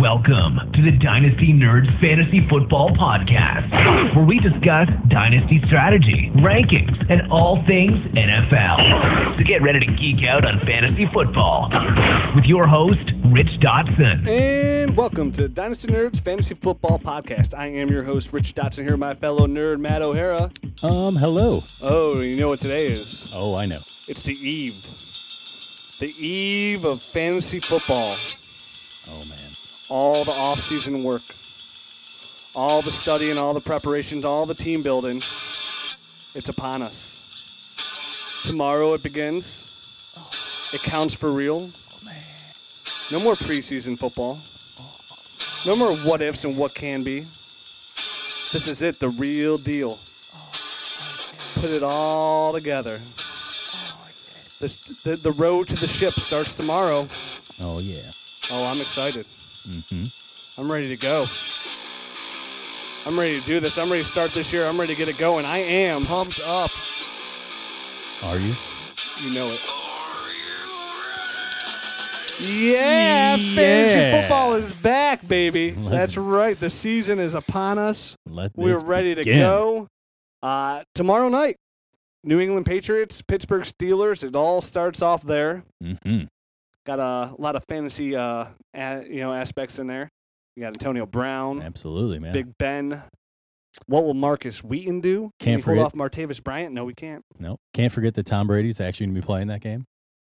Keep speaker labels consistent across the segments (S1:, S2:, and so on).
S1: Welcome to the Dynasty Nerds Fantasy Football Podcast, where we discuss dynasty strategy, rankings, and all things NFL. So get ready to geek out on fantasy football with your host, Rich Dotson.
S2: And welcome to Dynasty Nerds Fantasy Football Podcast. I am your host, Rich Dotson, here with my fellow nerd, Matt O'Hara.
S3: Um, hello.
S2: Oh, you know what today is?
S3: Oh, I know.
S2: It's the eve. The eve of fantasy football.
S3: Oh man.
S2: All the off-season work. All the studying, all the preparations, all the team building. It's upon us. Tomorrow it begins. It counts for real. No more preseason football. No more what ifs and what can be. This is it, the real deal. Put it all together. This, the, the road to the ship starts tomorrow.
S3: Oh yeah.
S2: Oh, I'm excited.
S3: Mm-hmm.
S2: I'm ready to go. I'm ready to do this. I'm ready to start this year. I'm ready to get it going. I am pumped up.
S3: Are you?
S2: You know it. Yeah, fantasy
S3: Yeah.
S2: football is back, baby.
S3: Let's-
S2: That's right. The season is upon us.
S3: Let
S2: We're
S3: this
S2: ready to
S3: begin.
S2: go. Uh, tomorrow night, New England Patriots, Pittsburgh Steelers. It all starts off there.
S3: Mhm.
S2: Got a lot of fantasy, uh, a, you know, aspects in there. You got Antonio Brown,
S3: Absolutely, man.
S2: Big Ben. What will Marcus Wheaton do? Can
S3: Can't
S2: he hold
S3: forget-
S2: off Martavis Bryant? No, we can't.
S3: No, can't forget that Tom Brady's actually going to be playing that game.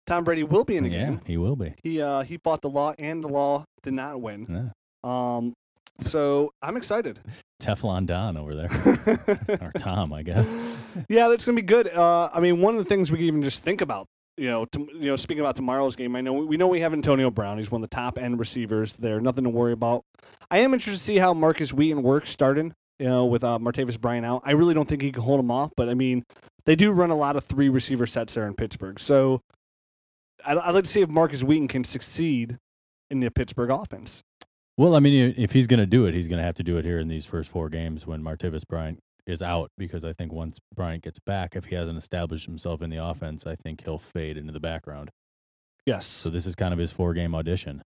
S2: Tom Brady will be in the
S3: yeah,
S2: game.
S3: he will be.
S2: He uh, he fought the law, and the law did not win.
S3: Yeah.
S2: Um, so I'm excited.
S3: Teflon Don over there, or Tom, I guess.
S2: yeah, that's gonna be good. Uh, I mean, one of the things we can even just think about, you know, to, you know, speaking about tomorrow's game, I know we know we have Antonio Brown. He's one of the top end receivers there. Nothing to worry about. I am interested to see how Marcus Wheaton works starting. You know, with uh, Martavis Bryant out, I really don't think he can hold him off. But I mean, they do run a lot of three receiver sets there in Pittsburgh. So I'd, I'd like to see if Marcus Wheaton can succeed in the Pittsburgh offense.
S3: Well, I mean, i- if he's going to do it, he's going to have to do it here in these first four games when Martavis Bryant is out, because I think once Bryant gets back, if he hasn't established himself in the offense, I think he'll fade into the background.
S2: Yes.
S3: So this is kind of his four game audition.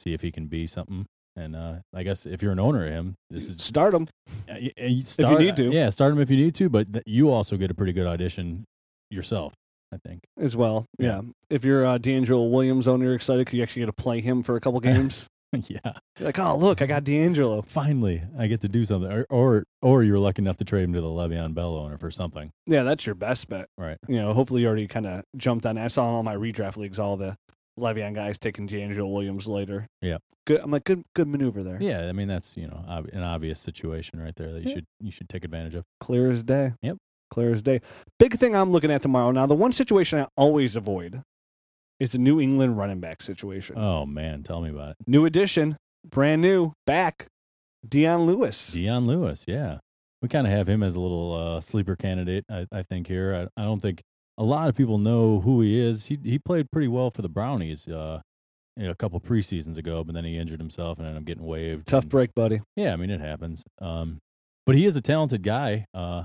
S3: See if he can be something. And uh, I guess if you're an owner of him, this is
S2: start him.
S3: Uh, y- uh, you start-
S2: need to.
S3: Yeah, start him if you need to, but th- you also get a pretty good audition yourself, I think.
S2: as well. Yeah.
S3: Yeah.
S2: If you're uh, D'Angelo Williams owner, you're excited because you actually get to play him for a couple games.
S3: yeah,
S2: you're like, oh, look, I got D'Angelo.
S3: finally, I get to do something. Or, or, or you're lucky enough to trade him to the Le'Veon Bell owner for something,
S2: Yeah, that's your best bet.
S3: right?
S2: You know, hopefully you already kind of jumped on. that. I saw in all my redraft leagues all the Le'Veon guys taking D'Angelo Williams later.
S3: Yeah.
S2: Good. I'm like, good, good maneuver there.
S3: Yeah, I mean that's you know ob- an obvious situation right there that you
S2: Yeah.
S3: should you should take advantage of.
S2: Clear as day.
S3: Yep.
S2: Clear as day. Big thing I'm looking at tomorrow. Now, the one situation I always avoid is the New England running back situation.
S3: Oh man, tell me about it,
S2: new edition, brand new, back, Deion Lewis.
S3: Dion Lewis. Yeah, we kind of have him as a little uh, sleeper candidate, I, I think. Here, I, I don't think a lot of people know who he is. He he played pretty well for the Brownies. Uh, you know, a couple preseasons ago, but then he injured himself and ended up getting waived.
S2: Tough
S3: and-
S2: break, buddy.
S3: Yeah, I mean it happens. Um, but he is a talented guy, uh,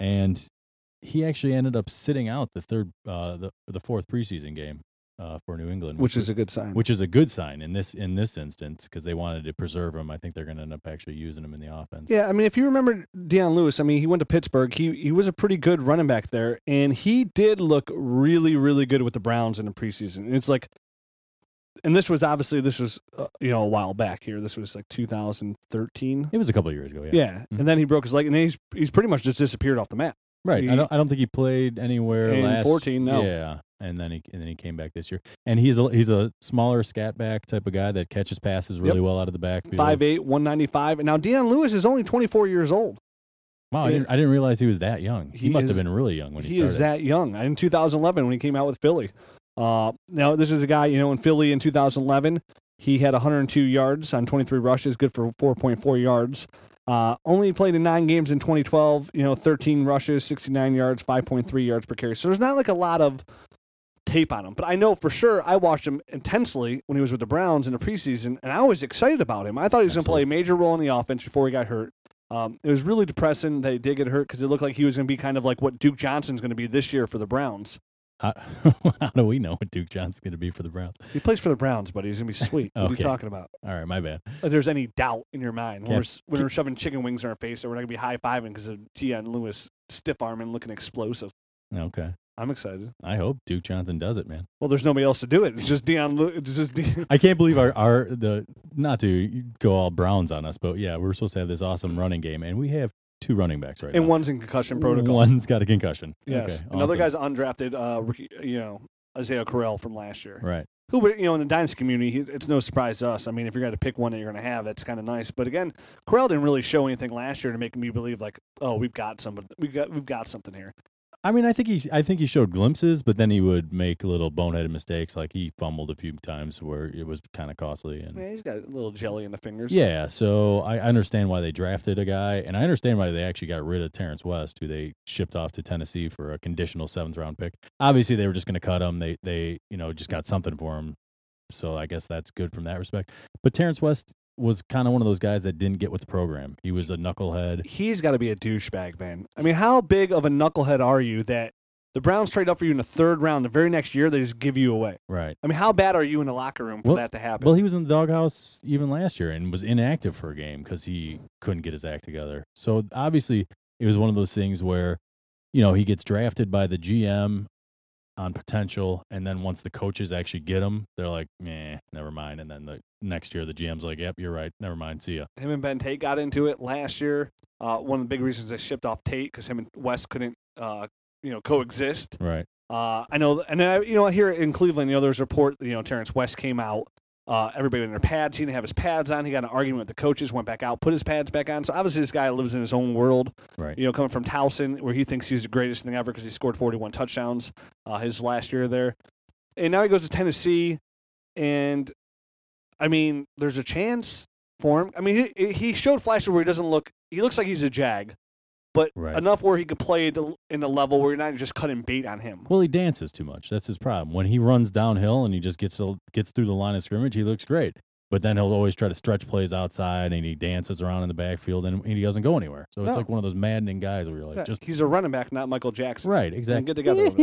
S3: and he actually ended up sitting out the third, uh, the the fourth preseason game uh, for New England,
S2: which is
S3: was-
S2: a good sign.
S3: which is a good sign in this in this instance because they wanted to preserve him. I think they're going to end up actually using him in the offense.
S2: yeah, I mean, if you remember Deion Lewis, I mean, he went to Pittsburgh. He he was a pretty good running back there, and he did look really, really good with the Browns in the preseason. And it's like, and this was obviously this was uh, you know a while back here. This was like 2013.
S3: It was a couple of years ago. Yeah, Mm-hmm.
S2: Yeah, and then he broke his leg, and he's he's pretty much just disappeared off the map.
S3: right.
S2: he-
S3: I don't I don't think he played anywhere
S2: In
S3: last
S2: 14, no.
S3: Yeah, and then he and then he came back this year, and he's a he's a smaller scat back type of guy that catches passes really well out of the backfield.
S2: Five eight, one ninety five, and now Deion Lewis is only 24 years old.
S3: Wow, I
S2: Yeah.
S3: didn't, I didn't realize he was that young. He,
S2: He
S3: must
S2: is-
S3: have been really young when he,
S2: he
S3: started.
S2: is that young. In 2011, when he came out with Philly. Uh, now this is a guy you know in Philly in 2011. He had 102 yards on 23 rushes, good for 4.4 yards. Uh, only played in nine games in 2012. You know, 13 rushes, 69 yards, 5.3 yards per carry. So there's not like a lot of tape on him. But I know for sure I watched him intensely when he was with the Browns in the preseason, and I was excited about him. I thought he was going to play a major role in the offense before he got hurt. Um, it was really depressing that he did get hurt because it looked like he was going to be kind of like what Duke Johnson's going to be this year for the Browns.
S3: How, how do we know what Duke Johnson's going to be for the Browns?
S2: He plays for the Browns, buddy. He's gonna be sweet. What are you
S3: Okay.
S2: talking about?
S3: All right, my bad.
S2: If there's any doubt in your mind when,
S3: Cap-
S2: we're, s- when we're shoving chicken wings in our face, that we're not gonna be high fiving because of Dion Lewis stiff arming, looking explosive.
S3: Okay,
S2: I'm excited.
S3: I hope Duke Johnson does it, man.
S2: Well, there's nobody else to do it. It's just Dion. Lew- It's just Deion.
S3: I can't believe our our the not to go all Browns on us, but yeah, we're supposed to have this awesome running game, and we have two running backs right
S2: and
S3: now.
S2: one's in concussion protocol.
S3: One's got a concussion.
S2: Yes.
S3: Okay,
S2: Another
S3: awesome.
S2: guy's undrafted. Uh, rookie, you know Isaiah Correll from last year.
S3: right.
S2: who would you know in the dynasty community he, it's no surprise to us i mean if you're going to pick one that you're going to have that's kind of nice but again Corral didn't really show anything last year to make me believe like oh we've got something we've got we've got something here
S3: I mean, I think he, I think he showed glimpses, but then he would make little boneheaded mistakes, like he fumbled a few times where it was kind of costly. And
S2: yeah, he's got a little jelly in the fingers
S3: Hmm. yeah, so I, I understand why they drafted a guy, and I understand why they actually got rid of Terrence West, who they shipped off to Tennessee for a conditional seventh round pick. Obviously, they were just going to cut him. They, they, you know, just got something for him, so I guess that's good from that respect. But Terrence West was kind of one of those guys that didn't get with the program. He was a knucklehead.
S2: he's got to be a douchebag man i mean how big of a knucklehead are you that the browns trade up for you in the third round the very next year they just give you away
S3: Right.
S2: i mean how bad are you in the locker room for
S3: Well-
S2: that to happen
S3: Well, he was in the doghouse even last year and was inactive for a game because he couldn't get his act together. So obviously, it was one of those things where, you know, he gets drafted by the GM on potential, and then once the coaches actually get him, they're like, "Meh, never mind." And then the next year, the GM's like, "Yep, you're right. Never mind. See ya."
S2: him and Ben Tate got into it last year. Uh, one of the big reasons they shipped off Tate because him and West couldn't, uh, you know, coexist.
S3: Right.
S2: Uh, I know, and I, you know, here in Cleveland, you know, there's a report. that, You know, Terrence West came out. Uh, everybody in their pads. He didn't have his pads on. He got in an argument with the coaches. Went back out, put his pads back on. So obviously, this guy lives in his own world.
S3: Right.
S2: You know, coming from Towson, where he thinks he's the greatest thing ever because he scored 41 touchdowns uh, his last year there, and now he goes to Tennessee, and I mean, there's a chance for him. I mean, he he showed flashes where he doesn't look. He looks like he's a jag, but
S3: Right.
S2: enough where he could play to, in a level where you're not just cutting bait on him.
S3: Well, he dances too much. That's his problem. When he runs downhill and he just gets a- gets through the line of scrimmage, he looks great. But then he'll always try to stretch plays outside and he dances around in the backfield and he doesn't go anywhere. So it's
S2: No.
S3: like one of those maddening guys where you're like,
S2: Yeah,
S3: just
S2: he's a running back, not Michael Jackson.
S3: right, exactly.
S2: get together over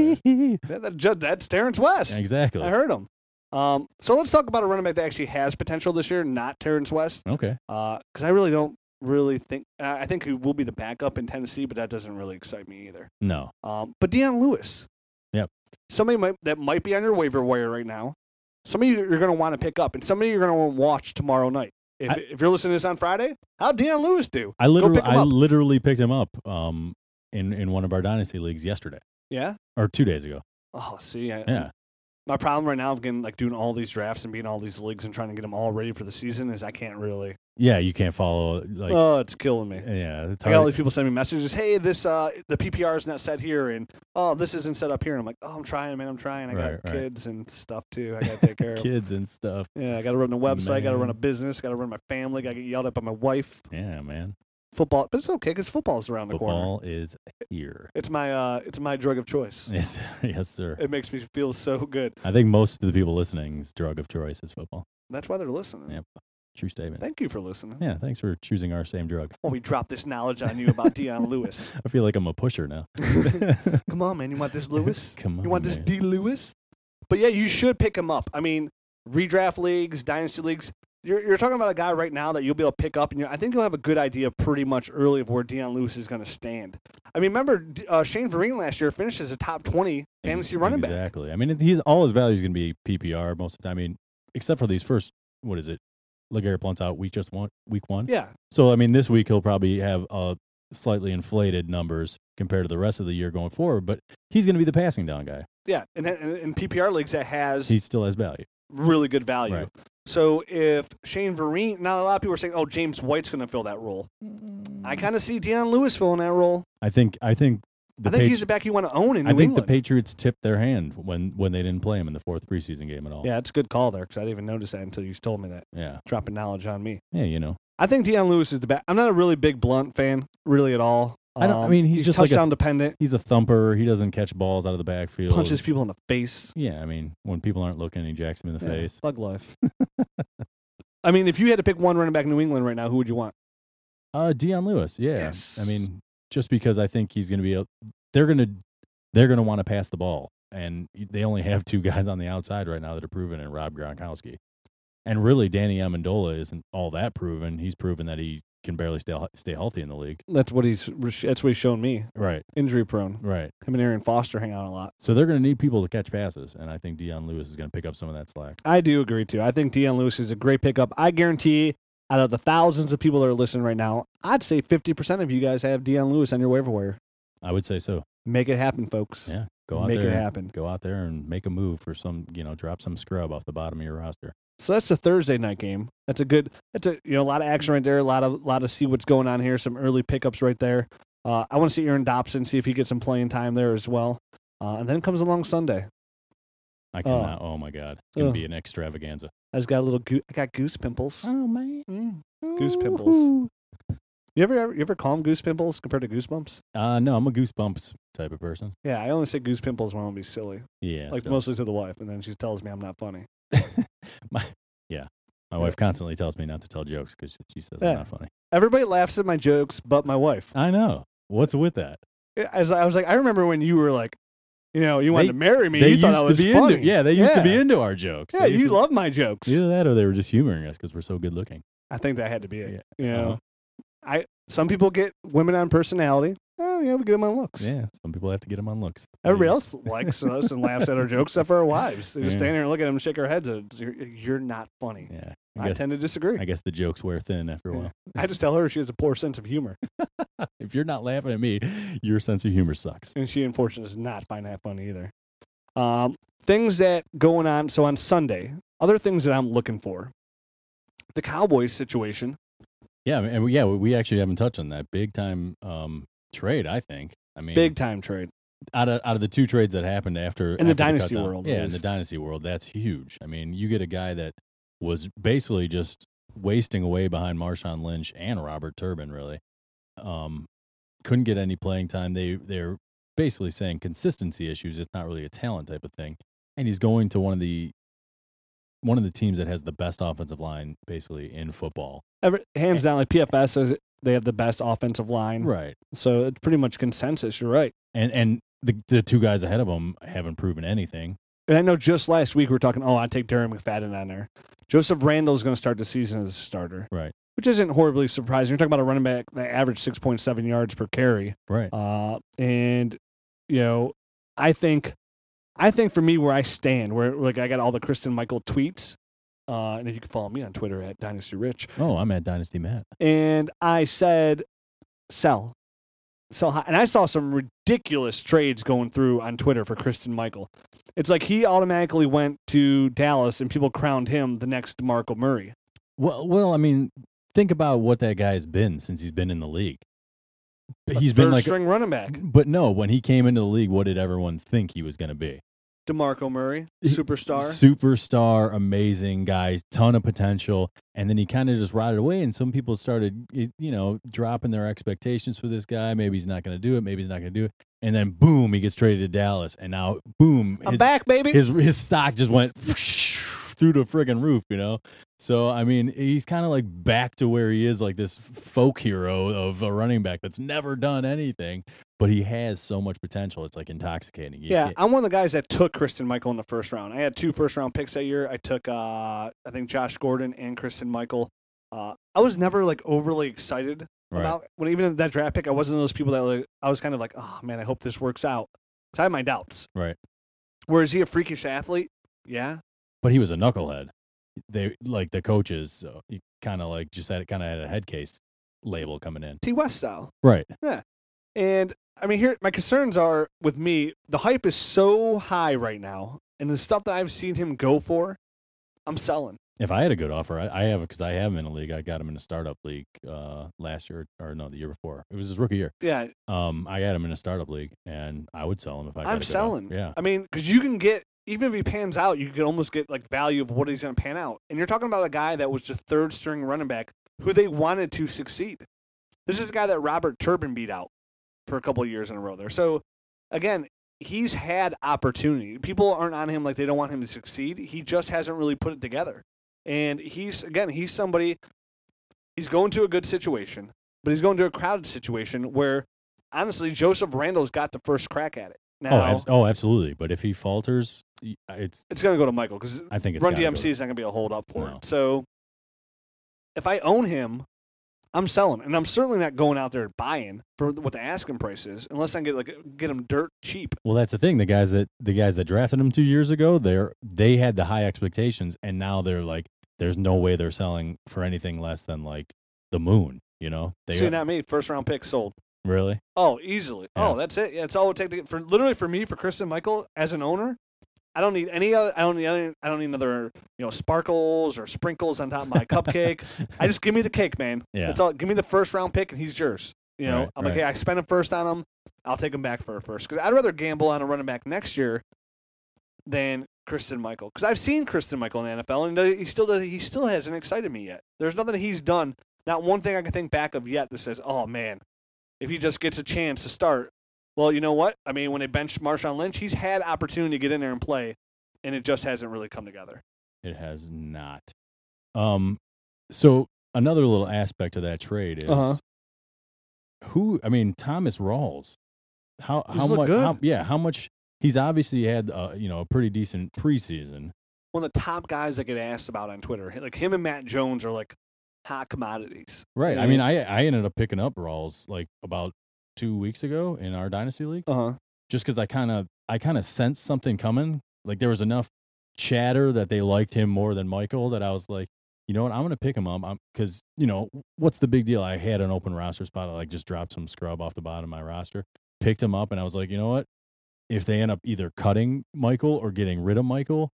S2: That, that, ju- that's Terrence West.
S3: exactly.
S2: I heard him. Um, so let's talk about a running back that actually has potential this year, not Terrence West,
S3: Okay.
S2: because Uh, I really don't really think. I I think he will be the backup in Tennessee, but that doesn't really excite me either.
S3: No.
S2: Um, but Deion Lewis.
S3: Yep.
S2: Somebody might, that might be on your waiver wire right now. Somebody you're going to want to pick up, and somebody you're going to want to watch tomorrow night. If,
S3: I-
S2: if you're listening to this on Friday, how'd Deion Lewis do?
S3: I literally
S2: pick him
S3: I
S2: up.
S3: literally picked him up um in, in one of our dynasty leagues yesterday.
S2: Yeah.
S3: Or two days ago.
S2: Oh, see, I,
S3: Yeah.
S2: my problem right now of getting like doing all these drafts and being all these leagues and trying to get them all ready for the season is I can't really.
S3: Yeah, you can't follow like
S2: oh, it's killing me.
S3: yeah, it's
S2: I got all
S3: hard.
S2: these people sending me messages. Hey, this uh, the PPR is not set here, and oh, this isn't set up here. And I'm like, oh, I'm trying, man, I'm trying. I
S3: Right,
S2: got
S3: right.
S2: kids and stuff too. I got to take care of.
S3: kids and stuff.
S2: Yeah, I got to run a website. Got to run a
S3: Man.
S2: business. Got to run my family. Got to get yelled at by my wife.
S3: Yeah, man.
S2: Football, but it's okay because football's around the corner.
S3: Football is here.
S2: It's my uh, it's my drug of choice.
S3: Yes, yes, sir.
S2: It makes me feel so good.
S3: I think most of the people listening's drug of choice is football.
S2: That's why they're listening.
S3: Yep. True statement.
S2: Thank you for listening.
S3: yeah, thanks for choosing our same drug.
S2: Well, we dropped this knowledge on you about Dion Lewis.
S3: I feel like I'm a pusher now.
S2: Come on, man. You want this Lewis?
S3: Come on.
S2: You want this
S3: man.
S2: D Lewis? But yeah, you should pick him up. I mean, redraft leagues, dynasty leagues. You're, you're talking about a guy right now that you'll be able to pick up, and you're, I think you'll have a good idea pretty much early of where Deion Lewis is going to stand. I mean, remember D- uh, Shane Vereen last year finished as a top 20 fantasy running back.
S3: Exactly. I mean, it- he's all his value is going to be PPR most of the time. I mean, except for these first, what is it? LeGarrette Blunt's out week just one, week one.
S2: Yeah,
S3: So I mean, this week he'll probably have uh, slightly inflated numbers compared to the rest of the year going forward. But he's going to be the passing down guy.
S2: yeah. And and- in PPR leagues, that has
S3: He still has value.
S2: really good value.
S3: Right.
S2: So if Shane Vereen, now a lot of people are saying, oh, James White's going to fill that role. I kind of see Deion Lewis filling that role.
S3: I think. I think. The
S2: I think
S3: Patri-
S2: he's the back you want to own in
S3: I
S2: New
S3: think
S2: England.
S3: the Patriots tipped their hand when when they didn't play him in the fourth preseason game at all.
S2: yeah, that's a good call there because I didn't even notice that until you told me that.
S3: yeah,
S2: Dropping knowledge on me.
S3: yeah. You know,
S2: I think Deion Lewis is the back. I'm not a really big Blunt fan, really at all. Um,
S3: I don't- I mean, he's just like a-
S2: touchdown dependent.
S3: he's a thumper. He doesn't catch balls out of the backfield.
S2: Punches people in the face.
S3: Yeah, I mean, when people aren't looking, he jacks them in the
S2: Yeah,
S3: face.
S2: Thug life. I mean, if you had to pick one running back in New England right now, who would you want?
S3: Uh, Dion Lewis. Yeah,
S2: Yes.
S3: I mean, just because I think he's going to be, a, they're going to, they're going to want to pass the ball. and they only have two guys on the outside right now that are proven, and Rob Gronkowski. And really, Danny Amendola isn't all that proven. He's proven that he can barely stay stay healthy in the league.
S2: That's what he's. That's what he's shown me.
S3: Right,
S2: Injury prone.
S3: right.
S2: Him and Aaron Foster hang out a lot.
S3: So they're going to need people to catch passes, and I think Dion Lewis is going to pick up some of that slack.
S2: I do agree too. I think Deion Lewis is a great pickup. I guarantee, out of the thousands of people that are listening right now, I'd say fifty percent of you guys have Deion Lewis on your waiver wire.
S3: I would say so.
S2: Make it happen, folks.
S3: Yeah, go out
S2: Make
S3: there,
S2: it
S3: and-
S2: happen.
S3: go out there and make a move for some, you know, drop some scrub off the bottom of your roster.
S2: So that's the Thursday night game. That's a good. That's a you know a lot of action right there. A lot of lot of see what's going on here. Some early pickups right there. Uh, I want to see Aaron Dobson see if he gets some playing time there as well. Uh, and then comes along Sunday.
S3: I cannot. Oh, my god, it's gonna
S2: Ugh.
S3: be an extravaganza.
S2: I just got a little. Goo- I got goose pimples.
S3: Oh man,
S2: Mm. Goose pimples. Ooh. You ever, ever you ever call them goose pimples compared to goosebumps?
S3: Uh, no, I'm a goosebumps type of person.
S2: Yeah, I only say goose pimples when I want to be silly,
S3: Yeah,
S2: like
S3: so-
S2: mostly to the wife, and then she tells me I'm not funny.
S3: my, yeah, my wife constantly tells me not to tell jokes because she says
S2: Yeah.
S3: I'm not funny.
S2: Everybody laughs at my jokes, but my wife.
S3: I know. What's with that?
S2: As I was like, I remember when you were like, you know, you wanted
S3: They-
S2: to marry me.
S3: they
S2: you thought I
S3: used
S2: was
S3: to be
S2: funny.
S3: into. Yeah, they used to be
S2: Yeah.
S3: into our jokes.
S2: Yeah,
S3: They used
S2: you
S3: to-
S2: love my jokes.
S3: Either that, or they were just humoring us because we're so good looking.
S2: I think that had to be it. You
S3: Uh-huh.
S2: know, I some people get women on personality. Oh yeah, we get them on looks.
S3: Yeah, some people have to get them on looks. There
S2: Everybody
S3: you go.
S2: else likes us and laughs at our jokes, except for our wives. They just
S3: Yeah.
S2: stand there and look at them, and shake our heads. and You're, you're not funny.
S3: Yeah,
S2: I,
S3: I guess,
S2: tend to disagree.
S3: I guess the jokes wear thin after a
S2: Yeah.
S3: while.
S2: I just tell her she has a poor sense of humor,
S3: if you're not laughing at me, your sense of humor sucks.
S2: and she unfortunately does not find that funny either. Um, things that going on. So on Sunday, other things that I'm looking for. The Cowboys situation.
S3: Yeah, and we, yeah, we- we actually haven't touched on that big time um, trade. I think. I mean,
S2: Big time trade.
S3: out of out of the two trades that happened after
S2: In the
S3: after
S2: dynasty
S3: cutdown-
S2: world, it
S3: yeah, in
S2: is.
S3: the dynasty world, that's huge. I mean, you get a guy that was basically just wasting away behind Marshawn Lynch and Robert Turbin. Really, um, couldn't get any playing time. They they're basically saying consistency issues. It's not really a talent type of thing. And he's going to one of the one of the teams that has the best offensive line basically in football.
S2: Ever, hands down, like PFS says, they have the best offensive line.
S3: Right.
S2: So it's pretty much consensus. You're right.
S3: And and the the two guys ahead of him haven't proven anything.
S2: And I know just last week we were talking, oh, I take Darren McFadden on there. Joseph Randall's going to start the season as a starter.
S3: Right.
S2: Which isn't horribly surprising. You're talking about a running back that averaged 6.7 yards per carry.
S3: Right.
S2: Uh, and, you know, I think, I think for me, where I stand, where like I got all the Kristen Michael tweets, uh, and you can follow me on Twitter at Dynasty Rich.
S3: Oh, I'm at Dynasty Matt.
S2: and I said, sell. Sell high. And I saw some ridiculous trades going through on Twitter for Kristen Michael. It's like he automatically went to Dallas and people crowned him the next DeMarco Murray.
S3: Well, well, I mean, think about what that guy's been since he's been in the league. But
S2: a
S3: He's been
S2: third
S3: like,
S2: string running back.
S3: but no, when he came into the league, what did everyone think he was going to be?
S2: DeMarco Murray,
S3: He-
S2: superstar.
S3: Superstar, amazing guy, ton of potential, and then he kind of just rotted away. And some people started, y- you know, dropping their expectations for this guy. Maybe he's not going to do it. Maybe he's not going to do it. And then boom, he gets traded to Dallas, and now boom,
S2: I'm
S3: his-
S2: back, baby.
S3: his his stock just went through the friggin' roof, you know. So I mean, he's kind of like back to where he is, like this folk hero of a running back that's never done anything, but he has so much potential. It's like intoxicating. You
S2: yeah,
S3: can't-
S2: I'm one of the guys that took Kristen Michael in the first round. I had two first round picks that year. I took, uh, I think, Josh Gordon and Kristen Michael. Uh, I was never like overly excited
S3: right.
S2: about when even at that draft pick, I wasn't one of those people that like, I was kind of like, oh man, I hope this works out. 'Cause I had my doubts.
S3: Right.
S2: Where is he a freakish athlete? Yeah.
S3: but he was a knucklehead. They like the coaches uh, kind of like just had kind of had a head case label coming in.
S2: T West style.
S3: Right.
S2: And I mean, here, my concerns are with me, the hype is so high right now. And the stuff that I've seen him go for, I'm selling.
S3: If I had a good offer, I, I have because I have him in a league. I got him in a startup league uh, last year or no, the year before. It was his rookie year.
S2: Yeah.
S3: Um, I got him in a startup league, and I would sell him if I. Got
S2: I'm
S3: a good offer.
S2: selling.
S3: Yeah,
S2: I mean, because you can get, even if he pans out, you can almost get like value of what he's going to pan out. And you're talking about a guy that was the third string running back who they wanted to succeed. This is a guy that Robert Turbin beat out for a couple of years in a row there. So, again, he's had opportunity. People aren't on him like they don't want him to succeed. He just hasn't really put it together. And he's, again, he's somebody, he's going to a good situation, but he's going to a crowded situation where, honestly, Joseph Randall's got the first crack at it.
S3: Oh,
S2: Now
S3: abs- oh, absolutely. But if he falters, y- it's
S2: it's going to go to Michael because
S3: I think it's
S2: Run
S3: gotta go
S2: DMC
S3: to-
S2: is not going to be a hold up for
S3: No.
S2: it. So if I own him, I'm selling, and I'm certainly not going out there buying for what the asking price is, unless I can get like get him dirt cheap.
S3: Well, that's the thing. The guys that the guys that drafted him two years ago, they're they had the high expectations, and now they're like, there's no way they're selling for anything less than like the moon. You know, they
S2: See,
S3: are-
S2: not me. First round pick sold.
S3: really.
S2: Oh, easily.
S3: Yeah.
S2: Oh, that's it. Yeah, it's all it would take to get for literally for me for Kristen Michael as an owner. I don't need any other. I don't need. Any, I don't need another. You know, sparkles or sprinkles on top of my cupcake. I just give me the cake, man.
S3: yeah.
S2: That's all. Give me the first round pick, and he's yours. You know,
S3: Right,
S2: I'm
S3: right.
S2: like, hey, I spent a first on him. I'll take him back for a first because I'd rather gamble on a running back next year than Kristen Michael because I've seen Kristen Michael in the NFL and he still does. He still hasn't excited me yet. There's nothing he's done. Not one thing I can think back of yet that says, oh man, if he just gets a chance to start. Well, you know what? I mean, when they benched Marshawn Lynch, he's had opportunity to get in there and play, and it just hasn't really come together.
S3: It has not. Um, so another little aspect of that trade is
S2: Uh-huh.
S3: who I mean Thomas Rawls. How
S2: He's
S3: how
S2: looked
S3: much?
S2: good.
S3: How, yeah, how much? He's obviously had uh, you know a pretty decent preseason.
S2: One of the top guys that get asked about on Twitter, like him and Matt Jones are like hot commodities.
S3: Right. I mean, I I ended up picking up Rawls like about two weeks ago in our dynasty league,
S2: Uh huh.
S3: just because I kind of I kind of sensed something coming. Like there was enough chatter that they liked him more than Michael that I was like, you know what, I'm gonna pick him up because you know what's the big deal? I had an open roster spot. I like just dropped some scrub off the bottom of my roster, picked him up, and I was like, you know what, if they end up either cutting Michael or getting rid of Michael.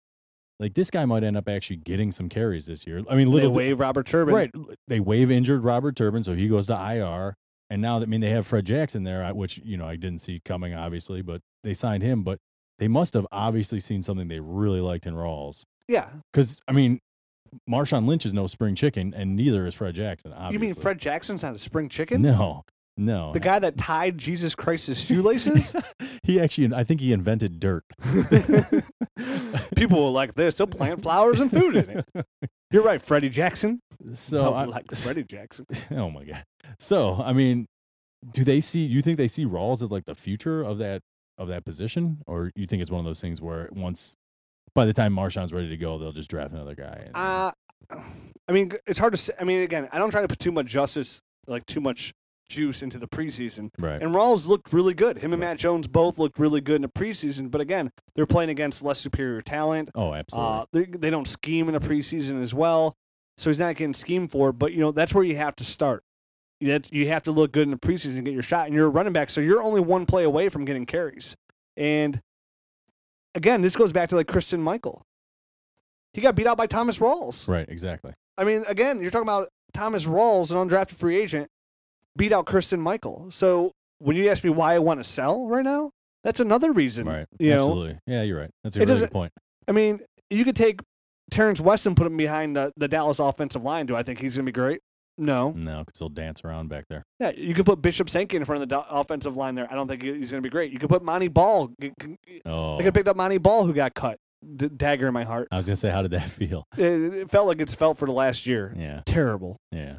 S3: Like this guy might end up actually getting some carries this year. I mean,
S2: They
S3: little
S2: waive Robert Turbin.
S3: Right. l- They waive injured Robert Turbin, so he goes to IR. And now, I mean, they have Fred Jackson there, I- which, you know, I didn't see coming, obviously, but they signed him. But they must have obviously seen something they really liked in Rawls.
S2: Yeah.
S3: Because, I mean, Marshawn Lynch is no spring chicken, and neither is Fred Jackson, obviously.
S2: You mean Fred Jackson's not a spring chicken?
S3: No, no.
S2: The guy that tied Jesus Christ's shoelaces?
S3: he actually, I think he invented dirt.
S2: People will like this. They'll plant flowers and food in it. You're right, Freddie Jackson.
S3: so,
S2: I
S3: I,
S2: like Freddie Jackson.
S3: oh my God. So, I mean, do they see, you think they see Rawls as like the future of that of that position, or you think it's one of those things where once by the time Marshawn's ready to go, they'll just draft another guy. and-
S2: Uh, I mean, it's hard to say. I mean, again, I don't try to put too much justice, like too much juice into the preseason.
S3: right.
S2: And Rawls looked really good. Him and Matt Jones both looked really good in the preseason. But again, they're playing against less superior talent.
S3: oh, absolutely.
S2: Uh, they, they don't scheme in the preseason as well, so he's not getting schemed for. But you know that's where you have to start. That you have to look good in the preseason, and get your shot, and you're a running back, so you're only one play away from getting carries. And again, this goes back to like Christian Michael. He got beat out by Thomas Rawls.
S3: right. Exactly.
S2: I mean, again, you're talking about Thomas Rawls, an undrafted free agent, beat out Kristen Michael. So when you ask me why I want to sell right now, that's another reason.
S3: Right.
S2: You know,
S3: absolutely. Yeah, you're right. That's
S2: It
S3: a really good
S2: doesn't-
S3: point.
S2: I mean, you could take Terrence Weston, put him behind the, the Dallas offensive line. Do I think he's going to be great? No.
S3: No, because he'll dance around back there.
S2: Yeah, you could put Bishop Sankey in front of the do- offensive line there. I don't think he- he's going to be great. You could put Monty Ball. G- g-
S3: Oh,
S2: They could have picked up Monty Ball, who got cut. D- dagger in my heart.
S3: I was gonna say, how did that feel?
S2: It, it felt like it's felt for the last year.
S3: Yeah,
S2: Terrible.
S3: yeah.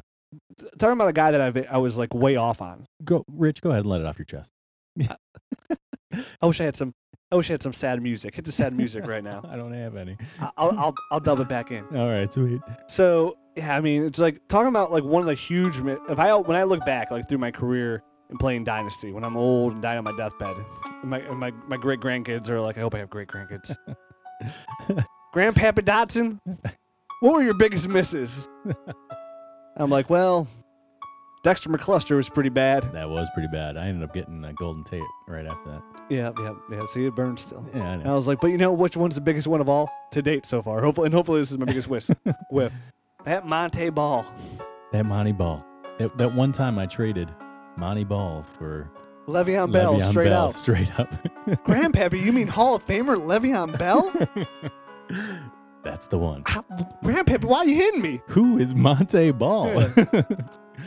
S2: Talking about a guy that I've, I was like way off on.
S3: Go, Rich. Go ahead and let it off your chest.
S2: I wish I had some. I wish I had some sad music. Hit the sad music right now.
S3: I don't have any.
S2: I- I'll, I'll, I'll dub it back in.
S3: All right, sweet.
S2: So yeah, I mean, it's like talking about like one of the huge. mi- If I when I look back like through my career and playing Dynasty, when I'm old and dying on my deathbed, and my and my my great grandkids are like, I hope I have great grandkids. Grandpappy Dotson, what were your biggest misses? I'm like, well, Dexter McCluster was pretty bad.
S3: That was pretty bad. I ended up getting a golden tape right after that.
S2: Yeah, yeah, yeah. See, it burns still.
S3: Yeah, I know.
S2: And I was like, but you know which one's the biggest one of all to date so far? Hopefully, and hopefully this is my biggest whiff. whiff. That Monte Ball.
S3: That Monty Ball. That, that one time I traded Monty Ball for
S2: Le'Veon Bell,
S3: Le'Veon
S2: straight
S3: Bell
S2: out.
S3: Straight up.
S2: Grandpappy, you mean Hall of Famer Le'Veon Bell?
S3: That's the one.
S2: Ah, Grandpappy, why are you hitting me?
S3: Who is Monte Ball?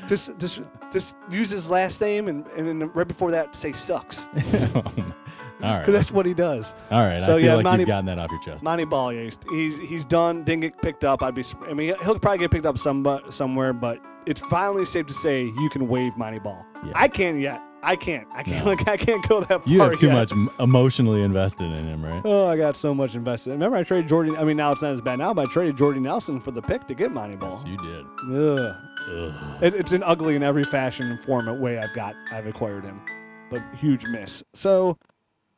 S2: Just, just, just use his last name and, and then right before that say sucks.
S3: all right.
S2: 'Cause that's what he does.
S3: all right.
S2: so,
S3: I feel
S2: yeah,
S3: like
S2: Monty-
S3: you've gotten that off your chest.
S2: Monty Ball, yeah, he's he's, he's done. Didn't get picked up. I'd be. sur- I mean, he'll probably get picked up some somewhere, but it's finally safe to say you can waive Monty Ball.
S3: Yeah.
S2: I can't yet. I can't. I can't.
S3: No.
S2: Like I can't go that far.
S3: You have too
S2: yet.
S3: much m- emotionally invested in him, right?
S2: Oh, I got so much invested. Remember, I traded Jordan. I mean, now it's not as bad now, but I traded Jordy Nelson for the pick to get
S3: Yes,
S2: Moneyball.
S3: you did.
S2: Ugh.
S3: Ugh.
S2: It, it's an ugly in every fashion and form and way I've got. I've acquired him, but huge miss. So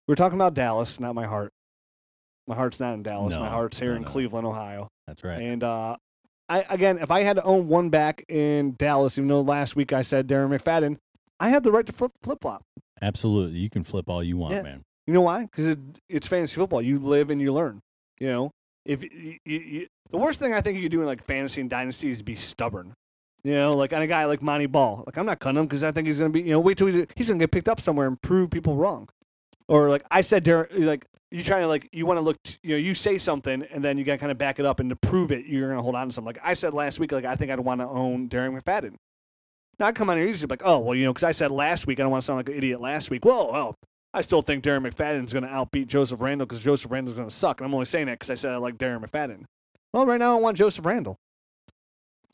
S2: we're talking about Dallas, not my heart. My heart's not in Dallas.
S3: No,
S2: my heart's here
S3: no,
S2: in
S3: no.
S2: Cleveland, Ohio.
S3: That's right.
S2: And uh, I again, if I had to own one back in Dallas, even though last week I said Darren McFadden, I have the right to flip flip flop.
S3: Absolutely. You can flip all you want,
S2: Yeah.
S3: man.
S2: You know why? Because it, it's fantasy football. You live and you learn. You know, if you, you, you, the worst thing I think you could do in like fantasy and dynasty is be stubborn. You know, like on a guy like Monty Ball, like I'm not cutting him because I think he's gonna be. You know, wait till he's, he's gonna get picked up somewhere and prove people wrong. Or like I said, Darren, like you trying to like you want to look. t- You know, you say something and then you gotta kind of back it up and to prove it, you're gonna hold on to something. Like I said last week, like I think I'd want to own Darren McFadden. Now I'd come on here easy, like, oh well, you know, because I said last week, I don't want to sound like an idiot last week. Whoa, oh, I still think Darren McFadden's going to outbeat Joseph Randall because Joseph Randall's going to suck. And I'm only saying that because I said I like Darren McFadden. Well, right now I want Joseph Randall.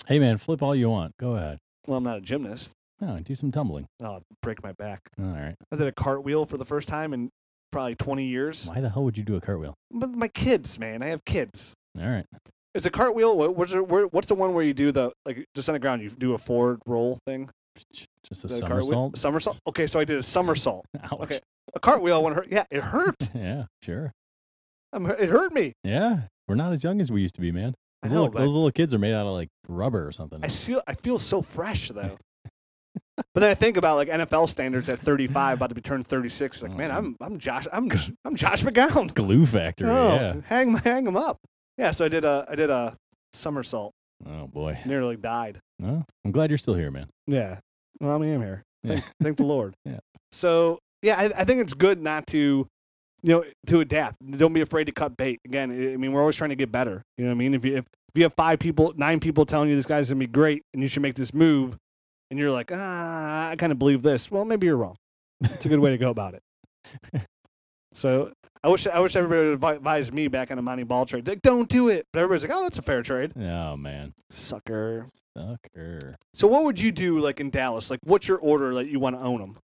S3: Hey, man, flip all you want. Go ahead.
S2: Well, I'm not a gymnast.
S3: No, do some tumbling.
S2: I'll break my back.
S3: All right.
S2: I did a cartwheel for the first time in probably 20 years.
S3: Why the hell would you do a cartwheel?
S2: But my kids, man, I have kids.
S3: All right.
S2: It's a cartwheel. Wha- What's, the- where- what's the one where you do the, like, just on the ground, you do a forward roll thing?
S3: Just a
S2: The cartwheel-
S3: somersault.
S2: Somersault? Okay, so I did a somersault.
S3: Ouch.
S2: Okay. A cartwheel, one hurt. Yeah, it hurt.
S3: Yeah, sure.
S2: I'm, hu- it hurt me.
S3: Yeah. We're not as young as we used to be, man.
S2: I
S3: Those,
S2: know,
S3: little,
S2: but I-
S3: those little kids are made out of like rubber or something.
S2: I feel I feel so fresh though. but then I think about like NFL standards at 35, about to be turned 36. Like, man,
S3: Mm.
S2: I'm I'm Josh I'm I'm Josh McGowan.
S3: Glue factory.
S2: Oh,
S3: Yeah.
S2: hang my- hang him up. Yeah, so I did a I did a somersault,
S3: Oh, boy.
S2: nearly died.
S3: Well, I'm glad you're still here, man.
S2: Yeah, well, I mean, I'm here.
S3: Yeah.
S2: Thank, thank the Lord.
S3: Yeah.
S2: So yeah, I, I think it's good not to, you know, to adapt. Don't be afraid to cut bait. Again, I I mean, we're always trying to get better. You know what I mean? If you if, if you have five people, nine people telling you this guy's gonna be great and you should make this move, and you're like, ah, I kind of believe this. Well, maybe you're wrong. It's a good way to go about it. so I wish I wish everybody would advi- advise me back on a Monty Ball trade. Like, don't do it. But everybody's like, oh, that's a fair trade,
S3: Oh, man.
S2: sucker.
S3: Sucker.
S2: So what would you do like in Dallas? Like what's your order that you want to own them?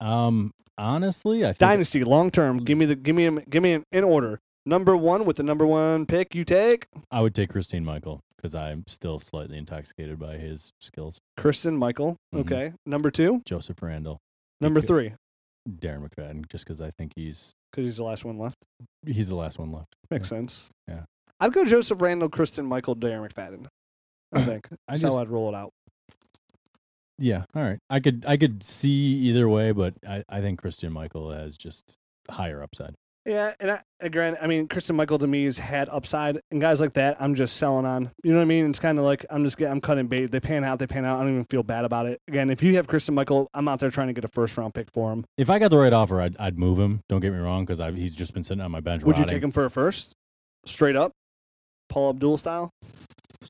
S3: Um, honestly, I think.
S2: Dynasty, long term. Give me the give me 'em- give me 'em in order. Number one with the number one pick you take
S3: I would take Christine Michael because I'm still slightly intoxicated by his skills.
S2: Kristen Michael.
S3: Mhm.
S2: Okay. Number two.
S3: Joseph Randall,
S2: Number
S3: Okay.
S2: three
S3: Darren McFadden, just because I think he's
S2: because he's the last one left.
S3: he's the last one left.
S2: Makes sense.
S3: Yeah.
S2: I'd go Joseph Randall, Kristen Michael, Darren McFadden. I think that's
S3: I
S2: how
S3: just
S2: I'd roll it out.
S3: yeah, all right. I could I could see either way, but I I think Christian Michael has just higher upside.
S2: Yeah, and I, again, I mean, Kristen Michael to me has had upside, and guys like that, I'm just selling on. You know what I mean? It's kind of like I'm just get, I'm cutting bait. They pan out, they pan out. I don't even feel bad about it. Again, if you have Kristen Michael, I'm out there trying to get a first round pick for him.
S3: If I got the right offer, I'd I'd move him. Don't get me wrong, because I've he's just been sitting on my bench.
S2: Would you
S3: rotting.
S2: take him for a first, straight up, Paul Abdul style?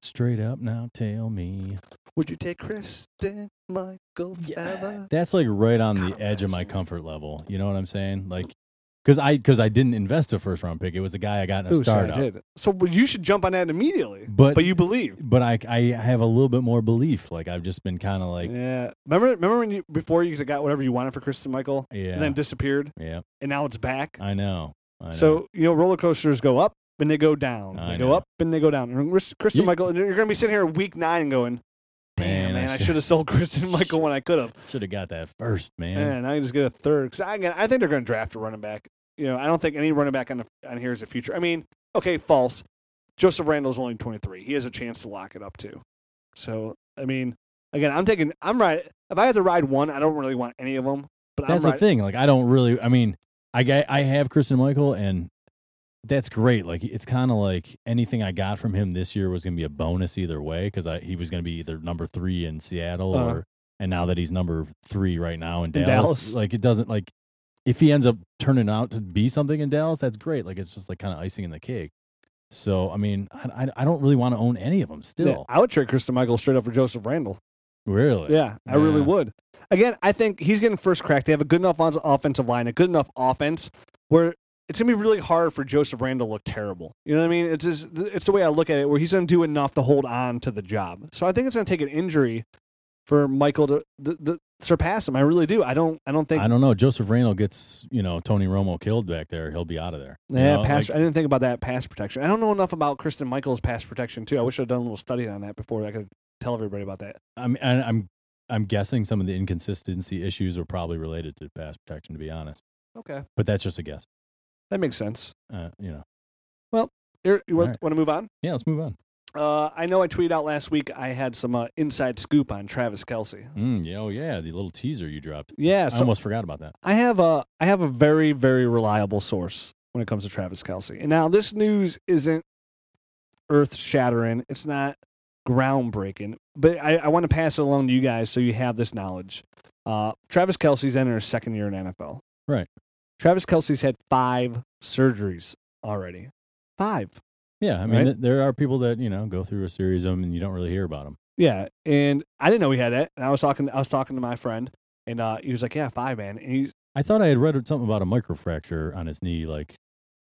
S3: straight up now? Tell me.
S2: Would you take Kristen Michael forever?
S3: That's like right on the
S2: God,
S3: edge
S2: that's-
S3: of my comfort level. You know what I'm saying? Like, because I because I didn't invest a first round pick. It was a guy I got in a
S2: Ooh, sorry, I
S3: startup.
S2: did. So well, you should jump on that immediately.
S3: But
S2: But you believe.
S3: but I I have a little bit more belief. Like I've just been kind of like
S2: yeah. Remember, remember when you before you got whatever you wanted for Kristen Michael,
S3: yeah
S2: and then disappeared,
S3: yeah
S2: and now it's back.
S3: I know. I know.
S2: So you know, roller coasters go up and they go down.
S3: I
S2: they go
S3: know.
S2: up and they go down. And Chris- Kristen
S3: You-
S2: Michael, and you're going to be sitting here week nine going, "Damn,
S3: Man, I
S2: man, I
S3: should-
S2: should have sold Kristen Michael when I could have."
S3: should have got that first, man.
S2: Man, I can just get a third. Because again, I think they're going to draft a running back. You know, I don't think any running back on the, on here is a future. I mean, okay, false. Joseph Randall's only 23. He has a chance to lock it up too. So I mean, again, I'm taking. I'm right. If I had to ride one, I don't really want any of them. But
S3: That's
S2: I'm
S3: the
S2: right.
S3: thing. Like I don't really. I mean, I ga- I have Kristen Michael, and that's great. Like it's kind of like anything I got from him this year was gonna be a bonus either way because I he was gonna be either number three in Seattle
S2: Uh-huh.
S3: or and now that he's number three right now in
S2: In
S3: Dallas,
S2: Dallas.
S3: like it doesn't like if he ends up turning out to be something in Dallas, that's great. Like it's just like kind of icing in the cake. So I mean, I, I, I don't really want to own any of them
S2: Yeah,
S3: still.
S2: I would trade Kristen Michael straight up for Joseph Randall.
S3: Really?
S2: Yeah, I really
S3: Yeah.
S2: would. Again, I think he's getting first crack. They have a good enough on- offensive line, a good enough offense where it's gonna be really hard for Joseph Randall to look terrible. You know what I mean? It's just it's the way I look at it, where he's gonna do enough to hold on to the job. So I think it's gonna take an injury for Michael to th- th- surpass him. I really do. I don't. I don't think.
S3: I don't know. Joseph Randall gets you know Tony Romo killed back there. He'll be out of there. You
S2: yeah,
S3: know,
S2: pass.
S3: like-
S2: I didn't think about that pass protection. I don't know enough about Kristen Michaels' pass protection too. I wish I'd done a little study on that before I could tell everybody about that.
S3: I'm I- I'm I'm guessing some of the inconsistency issues were probably related to pass protection, to be honest.
S2: Okay,
S3: But that's just a guess.
S2: that makes sense.
S3: Uh, you know.
S2: Here, you want,
S3: All right.
S2: want to move on?
S3: Yeah, let's move on.
S2: Uh, I know I tweeted out last week. I had some uh, inside scoop on Travis Kelsey.
S3: Mm, yeah, oh yeah, the little teaser you dropped.
S2: Yeah,
S3: I
S2: so
S3: almost forgot about that.
S2: I have a I have a very very reliable source when it comes to Travis Kelsey. And now this news isn't earth shattering. It's not groundbreaking, but I, I want to pass it along to you guys so you have this knowledge. Uh, Travis Kelsey's entering his second year in NFL.
S3: Right.
S2: Travis Kelsey's had five surgeries already. Five.
S3: Yeah, I mean,
S2: Right?
S3: th- there are people that you know go through a series of them and you don't really hear about them.
S2: Yeah, and I didn't know he had that. And I was talking, I was talking to my friend, and uh, he was like, "Yeah, five, man." And he's
S3: I thought I had read something about a microfracture on his knee, like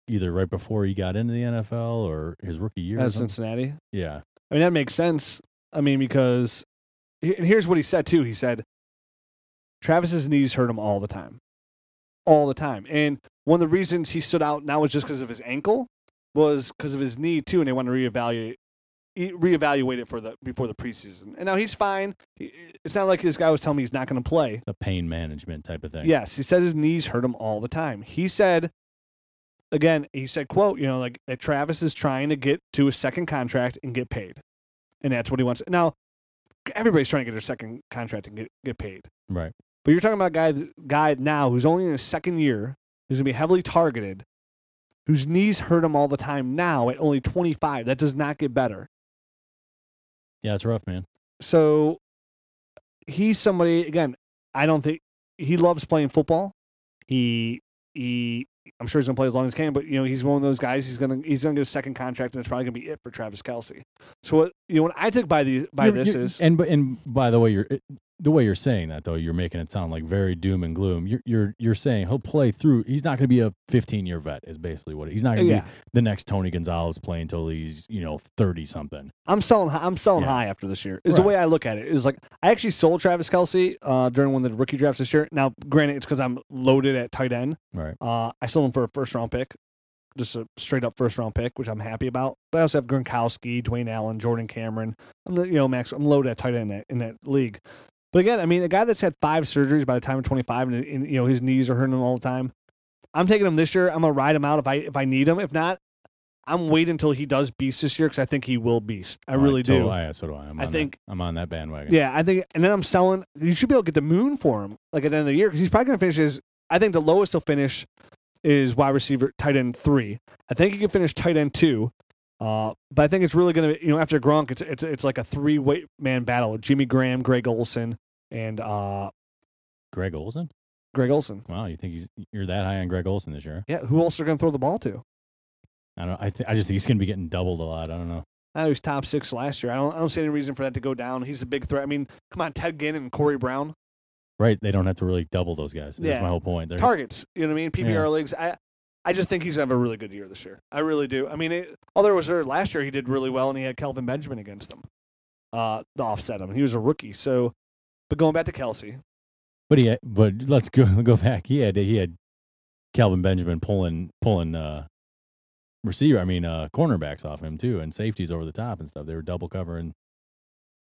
S3: either right before he got into the NFL or his rookie year. or
S2: out of
S3: something.
S2: Cincinnati.
S3: yeah,
S2: I mean, that makes sense. I mean, because he- and here's what he said too. He said Travis's knees hurt him all the time, all the time. And one of the reasons he stood out now was just because of his ankle, was because of his knee too, and they want to reevaluate e- reevaluate it for the before the preseason. And now he's fine. He- It's not like this guy was telling me he's not going to play.
S3: a pain management type of thing.
S2: Yes, he says his knees hurt him all the time. He said, again, he said, "quote You know, like that Travis is trying to get to a second contract and get paid, and that's what he wants." Now, everybody's trying to get their second contract and get get paid,
S3: right.
S2: but you're talking about a guy th- guy now who's only in his second year, who's gonna be heavily targeted, whose knees hurt him all the time. Now at only 25, that does not get better.
S3: Yeah, it's rough, man.
S2: So he's somebody again. I don't think he loves playing football. He he. I'm sure he's gonna play as long as he can, but you know he's one of those guys. He's gonna he's gonna get a second contract, and it's probably gonna be it for Travis Kelsey. So what you know, what I took by these by
S3: You're-
S2: this
S3: you're-
S2: is
S3: and b- and by the way, you're it- the way you're saying that though, you're making it sound like very doom and gloom. You're you're you're saying he'll play through. He's not going to be a 15 year vet. Is basically what he's not going to
S2: yeah,
S3: be the next Tony Gonzalez playing until he's you know 30 something.
S2: I'm selling hi- I'm selling
S3: Yeah.
S2: high after this year. Is the
S3: Right.
S2: way I look at it. Is like I actually sold Travis Kelsey uh, during one of the rookie drafts this year. Now, granted, it's because I'm loaded at tight end.
S3: Right.
S2: Uh, I sold him for a first round pick, just a straight up first round pick, which I'm happy about. But I also have Gronkowski, Dwayne Allen, Jordan Cameron. I'm the- you know Max. I'm loaded at tight end in that, in that league. But again, I mean, a guy that's had five surgeries by the time of 25, and, and you know his knees are hurting him all the time. I'm taking him this year. I'm gonna ride him out if I if I need him. If not, I'm waiting until he does beast this year because I think he will beast. I really do.
S3: totally- I, so do I. I'm
S2: I
S3: on that-
S2: think-
S3: I'm on that bandwagon.
S2: Yeah, I think, and then I'm selling. You should be able to get the moon for him, like at the end of the year, because he's probably going to finish his. I think the lowest he'll finish is wide receiver, tight end three. I think he can finish tight end two, uh, but I think it's really going to, you know, after Gronk, it's it's it's like a three weight man battle: Jimmy Graham, Greg Olson, and uh,
S3: Greg Olson.
S2: Greg Olson.
S3: Wow, you think he's you're that high on Greg Olson this year?
S2: Yeah, who else are going to throw the ball to?
S3: I don't. I th- I just think he's going to be getting doubled a lot. I don't know.
S2: I know he was top six last year. I don't, I don't see any reason for that to go down. He's a big threat. I mean, come on, Ted Ginn and Corey Brown.
S3: Right? They don't have to really double those guys. That's
S2: Yeah.
S3: my whole point. They're,
S2: targets. You know what I mean? PPR
S3: Yeah.
S2: leagues. I I just think he's gonna have a really good year this year. I really do. I mean, it, although it was there last year, he did really well, and he had Kelvin Benjamin against him. Uh, the offset him. He was a rookie. So, but going back to Kelsey,
S3: but he. Had, but let's go go back. He had he had Calvin Benjamin pulling pulling uh receiver. I mean uh cornerbacks off him too, and safeties over the top and stuff. They were double covering,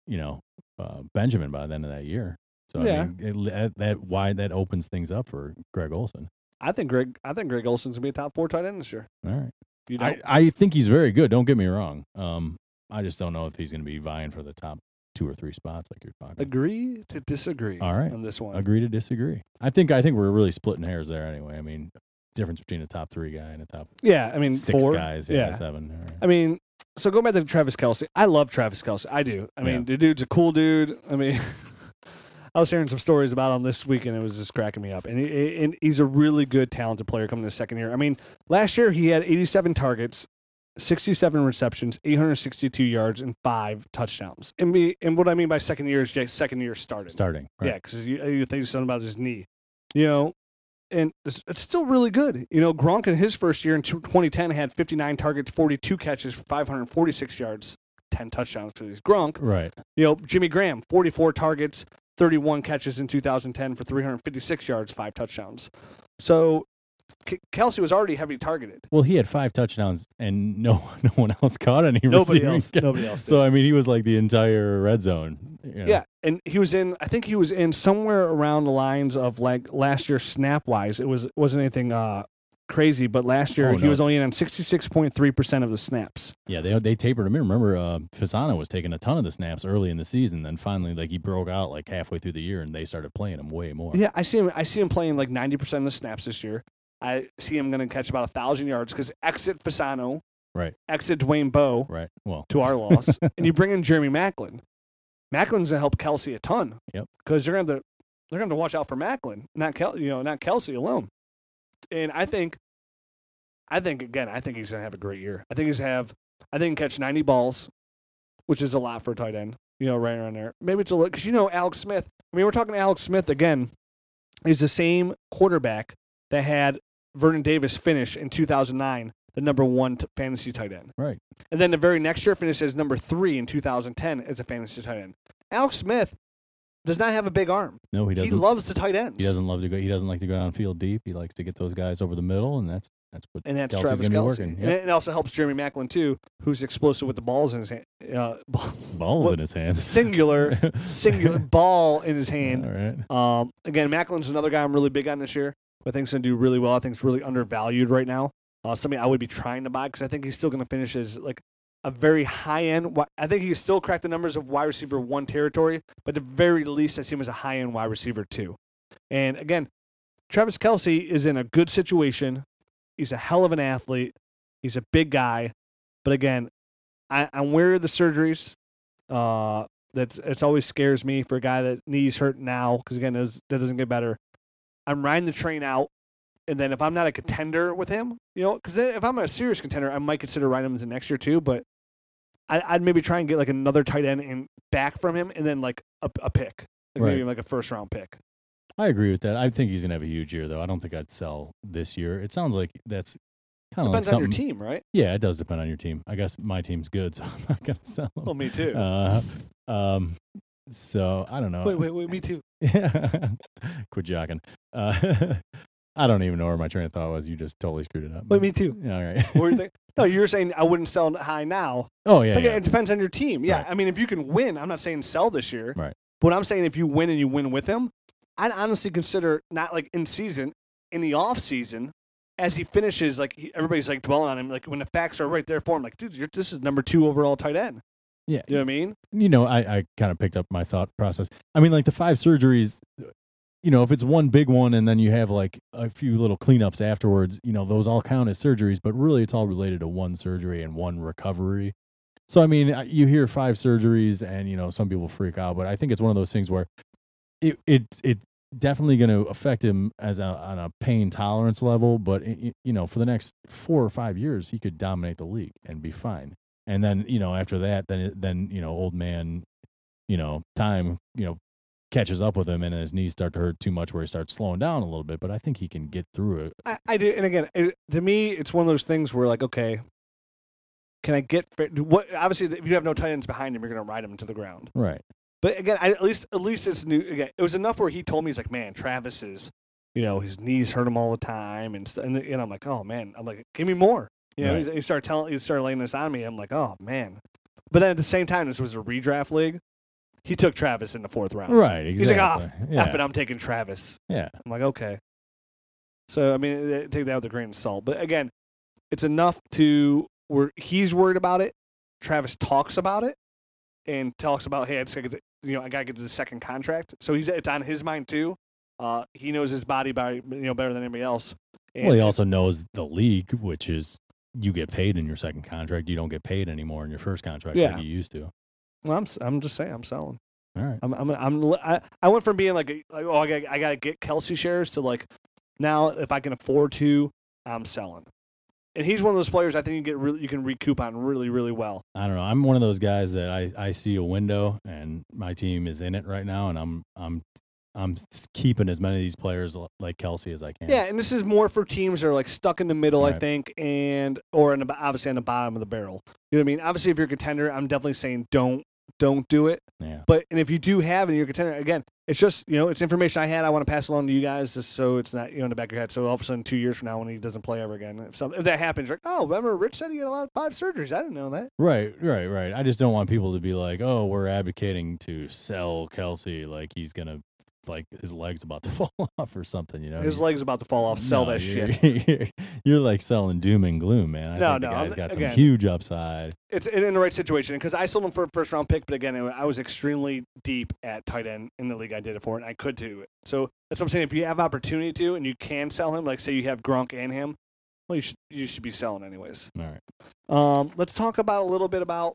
S3: you know, uh, Benjamin by the end of that year. So
S2: Yeah.
S3: I mean, it, that- that why that opens things up for Greg Olson.
S2: I think Greg. I think Greg Olson's gonna be a top four tight end this year.
S3: All right.
S2: You know,
S3: I, I think he's very good. Don't get me wrong. Um, I just don't know if he's going to be vying for the top two or three spots like you're talking.
S2: agree to disagree.
S3: All right.
S2: on this one.
S3: Agree to disagree. I think I think we're really splitting hairs there. Anyway, I mean, difference between a top three guy and a top
S2: Yeah, I mean
S3: six
S2: four
S3: guys, yeah, seven. All right.
S2: I mean, so going back to Travis Kelsey, I love Travis Kelsey. I do. I mean,
S3: Yeah.
S2: the dude's a cool dude. I mean, I was hearing some stories about him this week, and it was just cracking me up. And, he, and he's a really good, talented player coming to second year. I mean, last year he had 87 targets, 67 receptions, 862 yards, and five touchdowns. And me, and what I mean by second year is just second year started.
S3: Starting,
S2: Yeah, because you, you think something about his knee, you know, and it's, it's still really good. You know, Gronk in his first year in tw- 2010 had 59 targets, 42 catches, for 546 yards. 10 touchdowns because he's Gronk.
S3: Right.
S2: You know, Jimmy Graham, 44 targets, 31 catches in 2010 for 356 yards, five touchdowns. So K- Kelsey was already heavily targeted.
S3: Well, he had five touchdowns and no no one else caught any
S2: Nobody
S3: receiving
S2: else.
S3: ca-
S2: Nobody else. did.
S3: So I mean, he was like the entire red zone. you know.
S2: Yeah, and he was in. I think he was in somewhere around the lines of like last year snap wise. It was it wasn't anything uh, crazy, but last year
S3: Oh,
S2: he
S3: no.
S2: was only in on sixty six point three percent of the snaps.
S3: Yeah, they they tapered him. in. Remember, uh, Fasano was taking a ton of the snaps early in the season. Then finally, like he broke out like halfway through the year, and they started playing him way more.
S2: Yeah, I see him. I see him playing like ninety percent of the snaps this year. I see him going to catch about a thousand yards because exit Fasano,
S3: Right.
S2: Exit Dwayne Bowe
S3: Right. Well,
S2: to our loss, and you bring in Jeremy Macklin. Macklin's gonna help Kelsey a ton.
S3: Yep.
S2: Because they're gonna have to, they're gonna have to watch out for Macklin, not Kel, you know, not Kelsey alone. And I think, I think again, I think he's gonna have a great year. I think he's gonna have, I think he can catch ninety balls, which is a lot for a tight end. You know, right around there. Maybe it's a little because you know Alex Smith. I mean, we're talking Alex Smith again. He's the same quarterback that had Vernon Davis finish in 2009, the number one t- fantasy tight end.
S3: Right.
S2: And then the very next year finished as number three in 2010 as a fantasy tight end. Alex Smith does not have a big arm.
S3: no, he
S2: He,
S3: doesn't.
S2: loves the tight ends.
S3: He doesn't love to go. He doesn't like to go downfield deep. He likes to get those guys over the middle, and that's that's what.
S2: And that's
S3: Kelsey's
S2: Travis
S3: gonna be
S2: Kelsey.
S3: working,
S2: And
S3: yep.
S2: it- it also helps Jeremy Macklin, too, who's explosive with the balls in his hand. Uh, ball-
S3: Balls
S2: what-
S3: in his hands.
S2: singular, singular ball in his hand.
S3: All right.
S2: Um, again, Macklin's another guy I'm really big on this year. Who I think's going to do really well. I think it's really undervalued right now. Uh, somebody I would be trying to buy because I think he's still going to finish as like a very high end. wi- I think he's still cracked the numbers of wide receiver one territory, but at the very least, I see him as a high end wide receiver two. And again, Travis Kelsey is in a good situation. He's a hell of an athlete. He's a big guy, but again, I, I'm wary of the surgeries. Uh, that's it's always scares me for a guy that knees hurt now because again those- that doesn't get better. I'm riding the train out, and then if I'm not a contender with him, you know, because if I'm a serious contender, I might consider riding him the next year too. But I, I'd maybe try and get like another tight end and back from him, and then like a, a pick, like maybe
S3: Right.
S2: like a first round pick.
S3: I agree with that. I think he's gonna have a huge year, though. I don't think I'd sell this year. It sounds like that's kind of like
S2: Depends
S3: something.
S2: on your team, right?
S3: Yeah, it does depend on your team. I guess my team's good, so I'm not gonna sell him.
S2: Well, me too.
S3: Uh, um, so I don't know.
S2: wait, wait, wait, me too.
S3: Quit jocking. Uh, I don't even know where my train of thought was. You just totally screwed it up.
S2: Wait, me too.
S3: Yeah, all right.
S2: What were you thinking? No, you were saying I wouldn't sell high now.
S3: oh yeah,
S2: But
S3: yeah.
S2: it depends on your team. Yeah,
S3: Right.
S2: I mean, if you can win, I'm not saying sell this year.
S3: Right.
S2: But I'm saying if you win and you win with him, I'd honestly consider not like in season, in the off season, as he finishes. Like he, everybody's like dwelling on him. Like when the facts are right there for him. Like, dude, you're, this is number two overall tight end.
S3: Yeah.
S2: You know what I mean?
S3: you know, I, I kind of picked up my thought process. I mean, like the five surgeries, you know, if it's one big one and then you have like a few little cleanups afterwards, you know, those all count as surgeries, but really it's all related to one surgery and one recovery. So, I mean, I- you hear five surgeries and, you know, some people freak out, but I think it's one of those things where it, it, it, definitely going to affect him as a, on a pain tolerance level but eh, y- y- you know for the next 4 or 5 years he could dominate the league and be fine and then you know after that then it- then you know old man you know time you know catches up with him and his knees start to hurt too much where he starts slowing down a little bit but i think he can get through it
S2: I, I do. And again, it, to me, it's one of those things where like, okay, can I get fit- what? Obviously, if you have no tight ends behind him, you're gonna ride him to the ground.
S3: right
S2: But again, I, at least at least it's new. Again, it was enough where he told me he's like, man, Travis is, you know, his knees hurt him all the time, and st- and, and I'm like, oh man, I'm like, give me more. You know,
S3: Right.
S2: he, he started telling, he started laying this on me. I'm like, oh man. But then at the same time, this was a redraft league. He took Travis in the fourth round.
S3: right
S2: He's
S3: exactly
S2: like, "Ah,
S3: yeah
S2: F it, I'm taking Travis.
S3: yeah
S2: I'm like, okay. So I mean, eh, take that with a grain of salt. But again, it's enough to where he's worried about it. Travis talks about it and talks about, hey, I just gotta get the- you know I gotta get to the second contract. So he's it's on his mind too. Uh, he knows his body, body you know better than anybody else. And
S3: well he also knows the league which is you get paid in your second contract you don't get paid anymore in your first contract
S2: Yeah.
S3: like you used to
S2: well, I'm s- I'm just saying I'm selling.
S3: all right
S2: I'm I'm I'm li- I, I went from being like, a- like oh I gotta, I gotta get Kelsey shares to like now if I can afford to I'm selling. And he's one of those players I think you get really you can recoup on really really well.
S3: I don't know. I'm one of those guys that I, I see a window and my team is in it right now and I'm I'm I'm s- keeping as many of these players l- like Kelsey as I can.
S2: Yeah, and this is more for teams that are like stuck in the middle, I
S3: Right.
S2: think, and or in the, bo- obviously on the bottom of the barrel. You know what I mean? Obviously, if you're a contender, I'm definitely saying don't don't do it.
S3: Yeah.
S2: But and if you do have and you're a contender, again, it's just you know it's information I had. I want to pass along to you guys just so it's not you know in the back of your head. So all of a sudden, two years from now, when he doesn't play ever again, if, some, if that happens, you're like oh, remember Rich said he had a lot of five surgeries. I didn't know that.
S3: Right, right, right. I just don't want people to be like, "Oh, we're advocating to sell Kelsey, like he's gonna, like his legs about to fall off or something." You know,
S2: His
S3: You-
S2: leg's about to fall off. Sell
S3: no,
S2: that
S3: you're,
S2: shit.
S3: You're, you're, like selling doom and gloom, man. I
S2: No,
S3: think
S2: no,
S3: the
S2: I'm-
S3: guy's got some
S2: again-
S3: huge upside.
S2: it's in, in the right situation because I sold him for a first round pick, but again, it- I was extremely deep at tight end in the league I did it for, and I could do it. So that's what I'm saying. If you have opportunity to, and you can sell him, like say you have Gronk and him, well, you should you should be selling anyways.
S3: All right,
S2: Um, let's talk about a little bit about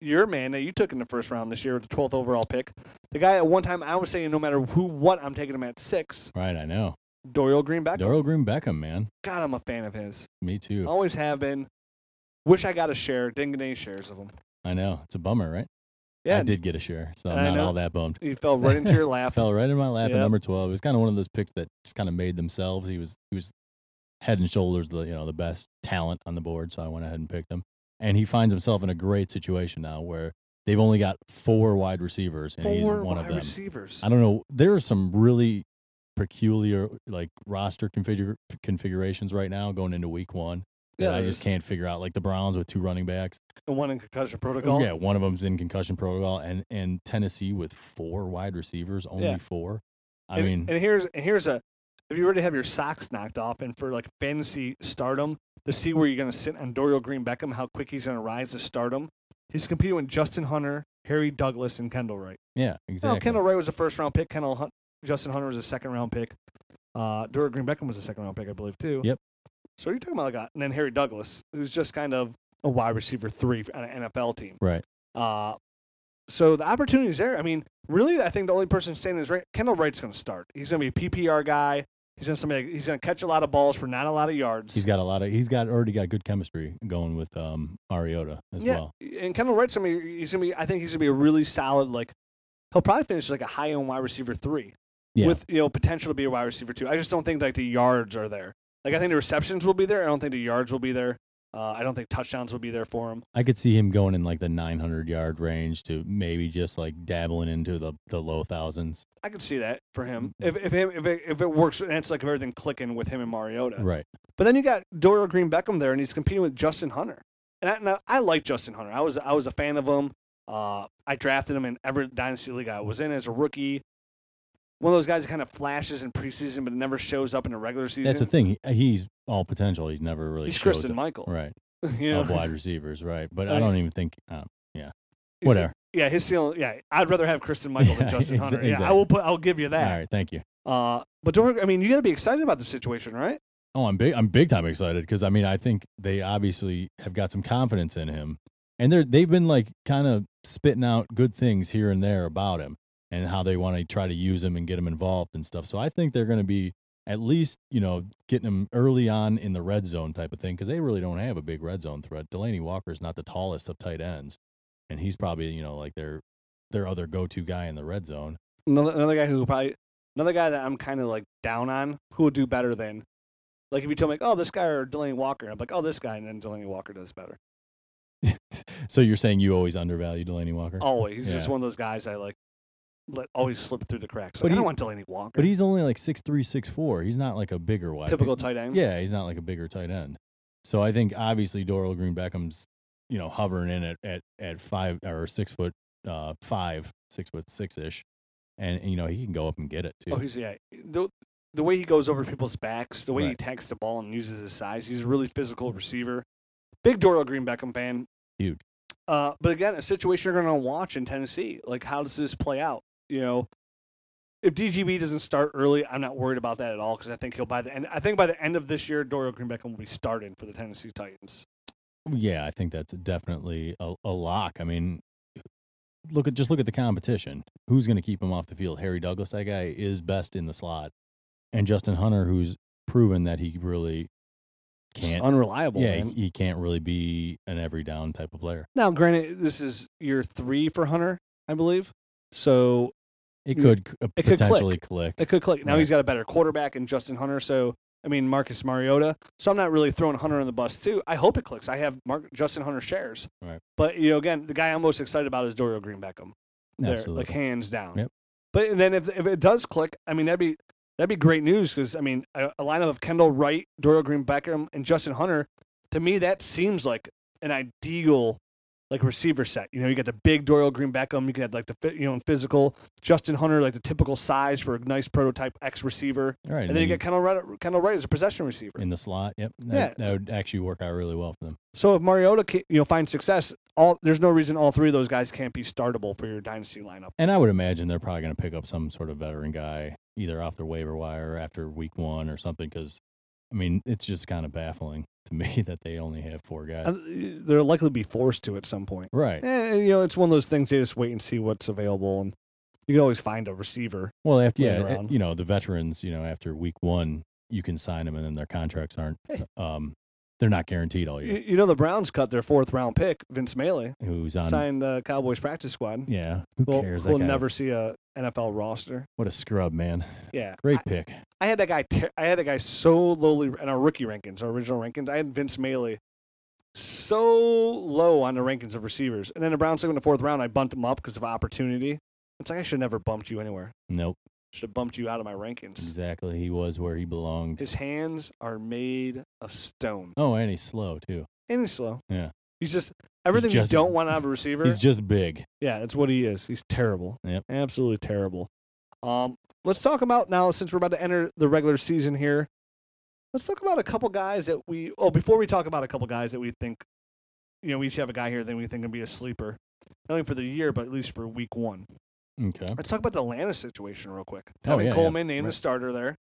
S2: your man that you took in the first round this year with the 12th overall pick. The guy at one time I was saying no matter who what I'm taking him at six,
S3: right. I know.
S2: Dorial Greenback.
S3: Daryl Green Beckham, man.
S2: God, I'm a fan of his.
S3: Me too.
S2: Always have been. Wish I got a share. Didn't get any shares of him.
S3: I know. It's a bummer, right?
S2: Yeah,
S3: I did get a share, so
S2: I
S3: I'm not
S2: know.
S3: all that bummed.
S2: He fell right into your lap.
S3: Fell right in my lap
S2: Yep.
S3: at number twelve. It was kind of one of those picks that just kind of made themselves. He was he was head and shoulders the you know the best talent on the board, so I went ahead and picked him. And he finds himself in a great situation now where they've only got four wide receivers, and he's
S2: Four
S3: one
S2: wide
S3: of them.
S2: receivers.
S3: I don't know. There are some really peculiar like roster configure configurations right now going into week one that I
S2: there
S3: just
S2: is.
S3: can't figure out. Like the Browns with two running backs.
S2: And one in concussion protocol.
S3: Oh, Yeah, one of them's in concussion protocol, and and Tennessee with four wide receivers, only
S2: Yeah.
S3: four. I
S2: and,
S3: mean,
S2: and here's and here's a if you already have your socks knocked off, and for like fantasy stardom, to see where you're going to sit on Dorial Green Beckham, how quick he's going to rise to stardom. He's competing with Justin Hunter, Harry Douglas, and Kendall Wright.
S3: yeah,
S2: No,
S3: exactly.
S2: Kendall Wright was a first round pick. Kendall Hunt, Justin Hunter was a second round pick. Uh, Dorial Green Beckham was a second round pick, I believe, too.
S3: Yep.
S2: So you're talking about like a, and then Harry Douglas, who's just kind of a wide receiver three on an NFL team.
S3: Right.
S2: Uh, so the opportunity's there. I mean, really, I think the only person standing is right. Kendall Wright's going to start. He's going to be a PPR guy. He's going to somebody. He's going to catch a lot of balls for not a lot of yards.
S3: He's got a lot of. He's got already got good chemistry going with um Mariota as
S2: yeah,
S3: well.
S2: and Kendall Wright's going to be. He's going to be. I think he's going to be a really solid. Like he'll probably finish like a high end wide receiver three,
S3: Yeah.
S2: with you know potential to be a wide receiver two. I just don't think like the yards are there. Like I think the receptions will be there. I don't think the yards will be there. Uh, I don't think touchdowns will be there for him.
S3: I could see him going in like the 900 yard range to maybe just like dabbling into the the low thousands.
S2: I can see that for him.
S3: Mm-hmm.
S2: If if him if it, if it works, and it's like if everything clicking with him and Mariota.
S3: Right.
S2: But then you got Dorial Green Beckham there, and he's competing with Justin Hunter. And I, now, I like Justin Hunter. I was I was a fan of him. Uh, I drafted him in every dynasty league I was in as a rookie. One of those guys that kind of flashes in preseason, but never shows up in the regular season.
S3: That's the thing. He, he's all potential. He's never really.
S2: He's
S3: shows
S2: Kristen
S3: it.
S2: Michael.
S3: Right. Oh,
S2: you know?
S3: Of wide receivers. Right. But
S2: I
S3: I
S2: mean-
S3: don't even think. Uh,
S2: He's-
S3: whatever.
S2: Yeah, his ceiling. Yeah, I'd rather have Kristen Michael than
S3: Yeah,
S2: Justin
S3: exa-
S2: Hunter. Yeah, I
S3: exactly.
S2: will put. I'll give you
S3: All
S2: that.
S3: right. Thank you.
S2: Uh, but Dorial, I mean, you got to be excited about the situation, right?
S3: Oh, I'm big. I'm big time excited because I mean, I think they obviously have got some confidence in him, and they're they've been like kind of spitting out good things here and there about him and how they want to try to use him and get him involved and stuff. So I think they're going to be at least you know getting him early on in the red zone type of thing because they really don't have a big red zone threat. Delaney Walker is not the tallest of tight ends, and he's probably you know like their their other go to guy in the red zone.
S2: another, another guy who probably another guy that I'm kind of like down on who would do better than like if you tell me like, oh this guy or Delaney Walker I'm like oh this guy and then Delaney Walker does better
S3: So you're saying you always undervalue Delaney Walker?
S2: always he's just
S3: Yeah.
S2: one of those guys I like let always slip through the cracks like,
S3: But
S2: I don't
S3: he-
S2: want Delaney Walker
S3: But he's only like six three, six four. He's not like a bigger wide.
S2: typical tight end
S3: Yeah, he's not like a bigger tight end. So I think obviously Doral Green Beckham's, you know, hovering in at at, at five or six foot uh five, six foot six ish. And, and, you know, he can go up and get it too.
S2: oh he's yeah the, the way he goes over people's backs the way he
S3: Right.
S2: attacks the ball and uses his size he's a really physical receiver big Doral Green Beckham fan
S3: Huge.
S2: Uh, but again, a situation you're going to watch in Tennessee. Like, how does this play out? You know, if DGB doesn't start early, I'm not worried about that at all because I think he'll by the end. I think by the end of this year, Dorial Green Beckham will be starting for the Tennessee Titans.
S3: yeah, I think that's definitely a, a lock. I mean, look at just look at the competition. Who's going to keep him off the field? Harry Douglas, that guy is best in the slot, and Justin Hunter, who's proven that he really
S2: It's
S3: can't.
S2: unreliable.
S3: Yeah,
S2: man.
S3: he, he can't really be an every down type of player.
S2: Now, granted, this is year three for Hunter, I believe. So
S3: It
S2: You-
S3: could c- uh,
S2: it could click.
S3: potentially click.
S2: It could click. Now
S3: Right.
S2: he's got a better quarterback in Justin Hunter. So I mean Marcus Mariota. So I'm not really throwing Hunter on the bus too. I hope it clicks. I have Mark Justin Hunter shares.
S3: Right.
S2: But you know, again, the guy I'm most excited about is Dorial Green Beckham. There,
S3: Absolutely.
S2: like hands down.
S3: Yep.
S2: But and then if if it does click, I mean that'd be that'd be great news because I mean a, a lineup of Kendall Wright, Dorial Green Beckham, and Justin Hunter. To me, that seems like an ideal like receiver set. You know, you got the big Dorial Green Beckham. You can have like the fi- you know physical Justin Hunter, like the typical size for a nice prototype X receiver,
S3: All right.
S2: and then you get Kendall Wright, Kendall Wright as a possession receiver.
S3: in the slot. Yep. That,
S2: Yeah.
S3: that would actually work out really well for them.
S2: So if Mariota ca- you know finds success, all there's no reason all three of those guys can't be startable for your dynasty lineup.
S3: And I would imagine they're probably going to pick up some sort of veteran guy either off their waiver wire after week one or something. Because I mean, it's just kind of baffling to me that they only have four guys.
S2: Uh, They're likely to be forced to at some point.
S3: right.
S2: Eh, you know, it's one of those things they just wait and see what's available, and you can always find a receiver.
S3: Well, after
S2: playing
S3: yeah, uh,
S2: around.
S3: you know the veterans, you know after week one, you can sign them, and then their contracts aren't,
S2: Hey.
S3: um, they're not guaranteed all
S2: You,
S3: year.
S2: you know, the Browns cut their fourth round pick, Vince Maley,
S3: Who's on?
S2: signed uh, Cowboys practice squad.
S3: Yeah,
S2: Eh,
S3: who
S2: We'll,
S3: cares? That
S2: we'll
S3: guy-
S2: never see a NFL roster.
S3: What a scrub, man!
S2: Yeah,
S3: Great pick.
S2: I, I had that guy. Ter- I had a guy so lowly in our rookie rankings, our original rankings. I had Vince Maley so low on the rankings of receivers, and then the Browns took him in the fourth round. I bumped him up because of opportunity. It's like I should never bumped you anywhere.
S3: Nope,
S2: Should have bumped you out of my rankings.
S3: exactly. He was where he belonged.
S2: His hands are made of stone.
S3: Oh, and he's slow too.
S2: And he's slow.
S3: Yeah.
S2: He's just everything
S3: just-
S2: you don't want out of a receiver.
S3: He's just big.
S2: yeah, that's what he is. He's terrible.
S3: Yep.
S2: Absolutely terrible. Um, let's talk about now since we're about to enter the regular season here. Let's talk about a couple guys that we oh before we talk about a couple guys that we think you know, we each have a guy here that we think can be a sleeper. Not only for the year, but at least for week one.
S3: Okay.
S2: Let's talk about the Atlanta situation real quick.
S3: Oh,
S2: Tevin
S3: yeah, yeah.
S2: Coleman named
S3: Right.
S2: the starter there.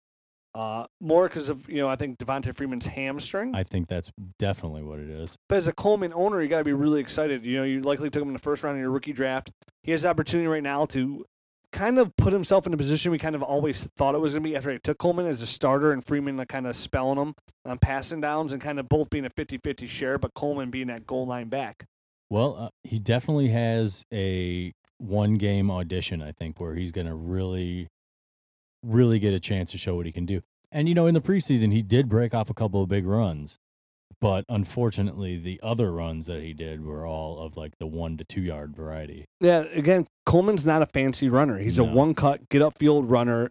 S2: Uh, more because of you know I think Devontae Freeman's hamstring.
S3: I think that's definitely what it is.
S2: But as a Coleman owner, you got to be really excited. You know, you likely took him in the first round in your rookie draft. He has the opportunity right now to kind of put himself in a position we kind of always thought it was going to be after I took Coleman as a starter and Freeman like, kind of spelling him on passing downs and kind of both being a 50 50 share, but Coleman being that goal line back.
S3: Well, uh, he definitely has a one game audition, I think, where he's going to really, really get a chance to show what he can do. And, you know, in the preseason, he did break off a couple of big runs, but unfortunately, the other runs that he did were all of like the one to two yard variety.
S2: Yeah, again, Coleman's not a fancy runner. He's a
S3: No.
S2: one cut, get up field runner.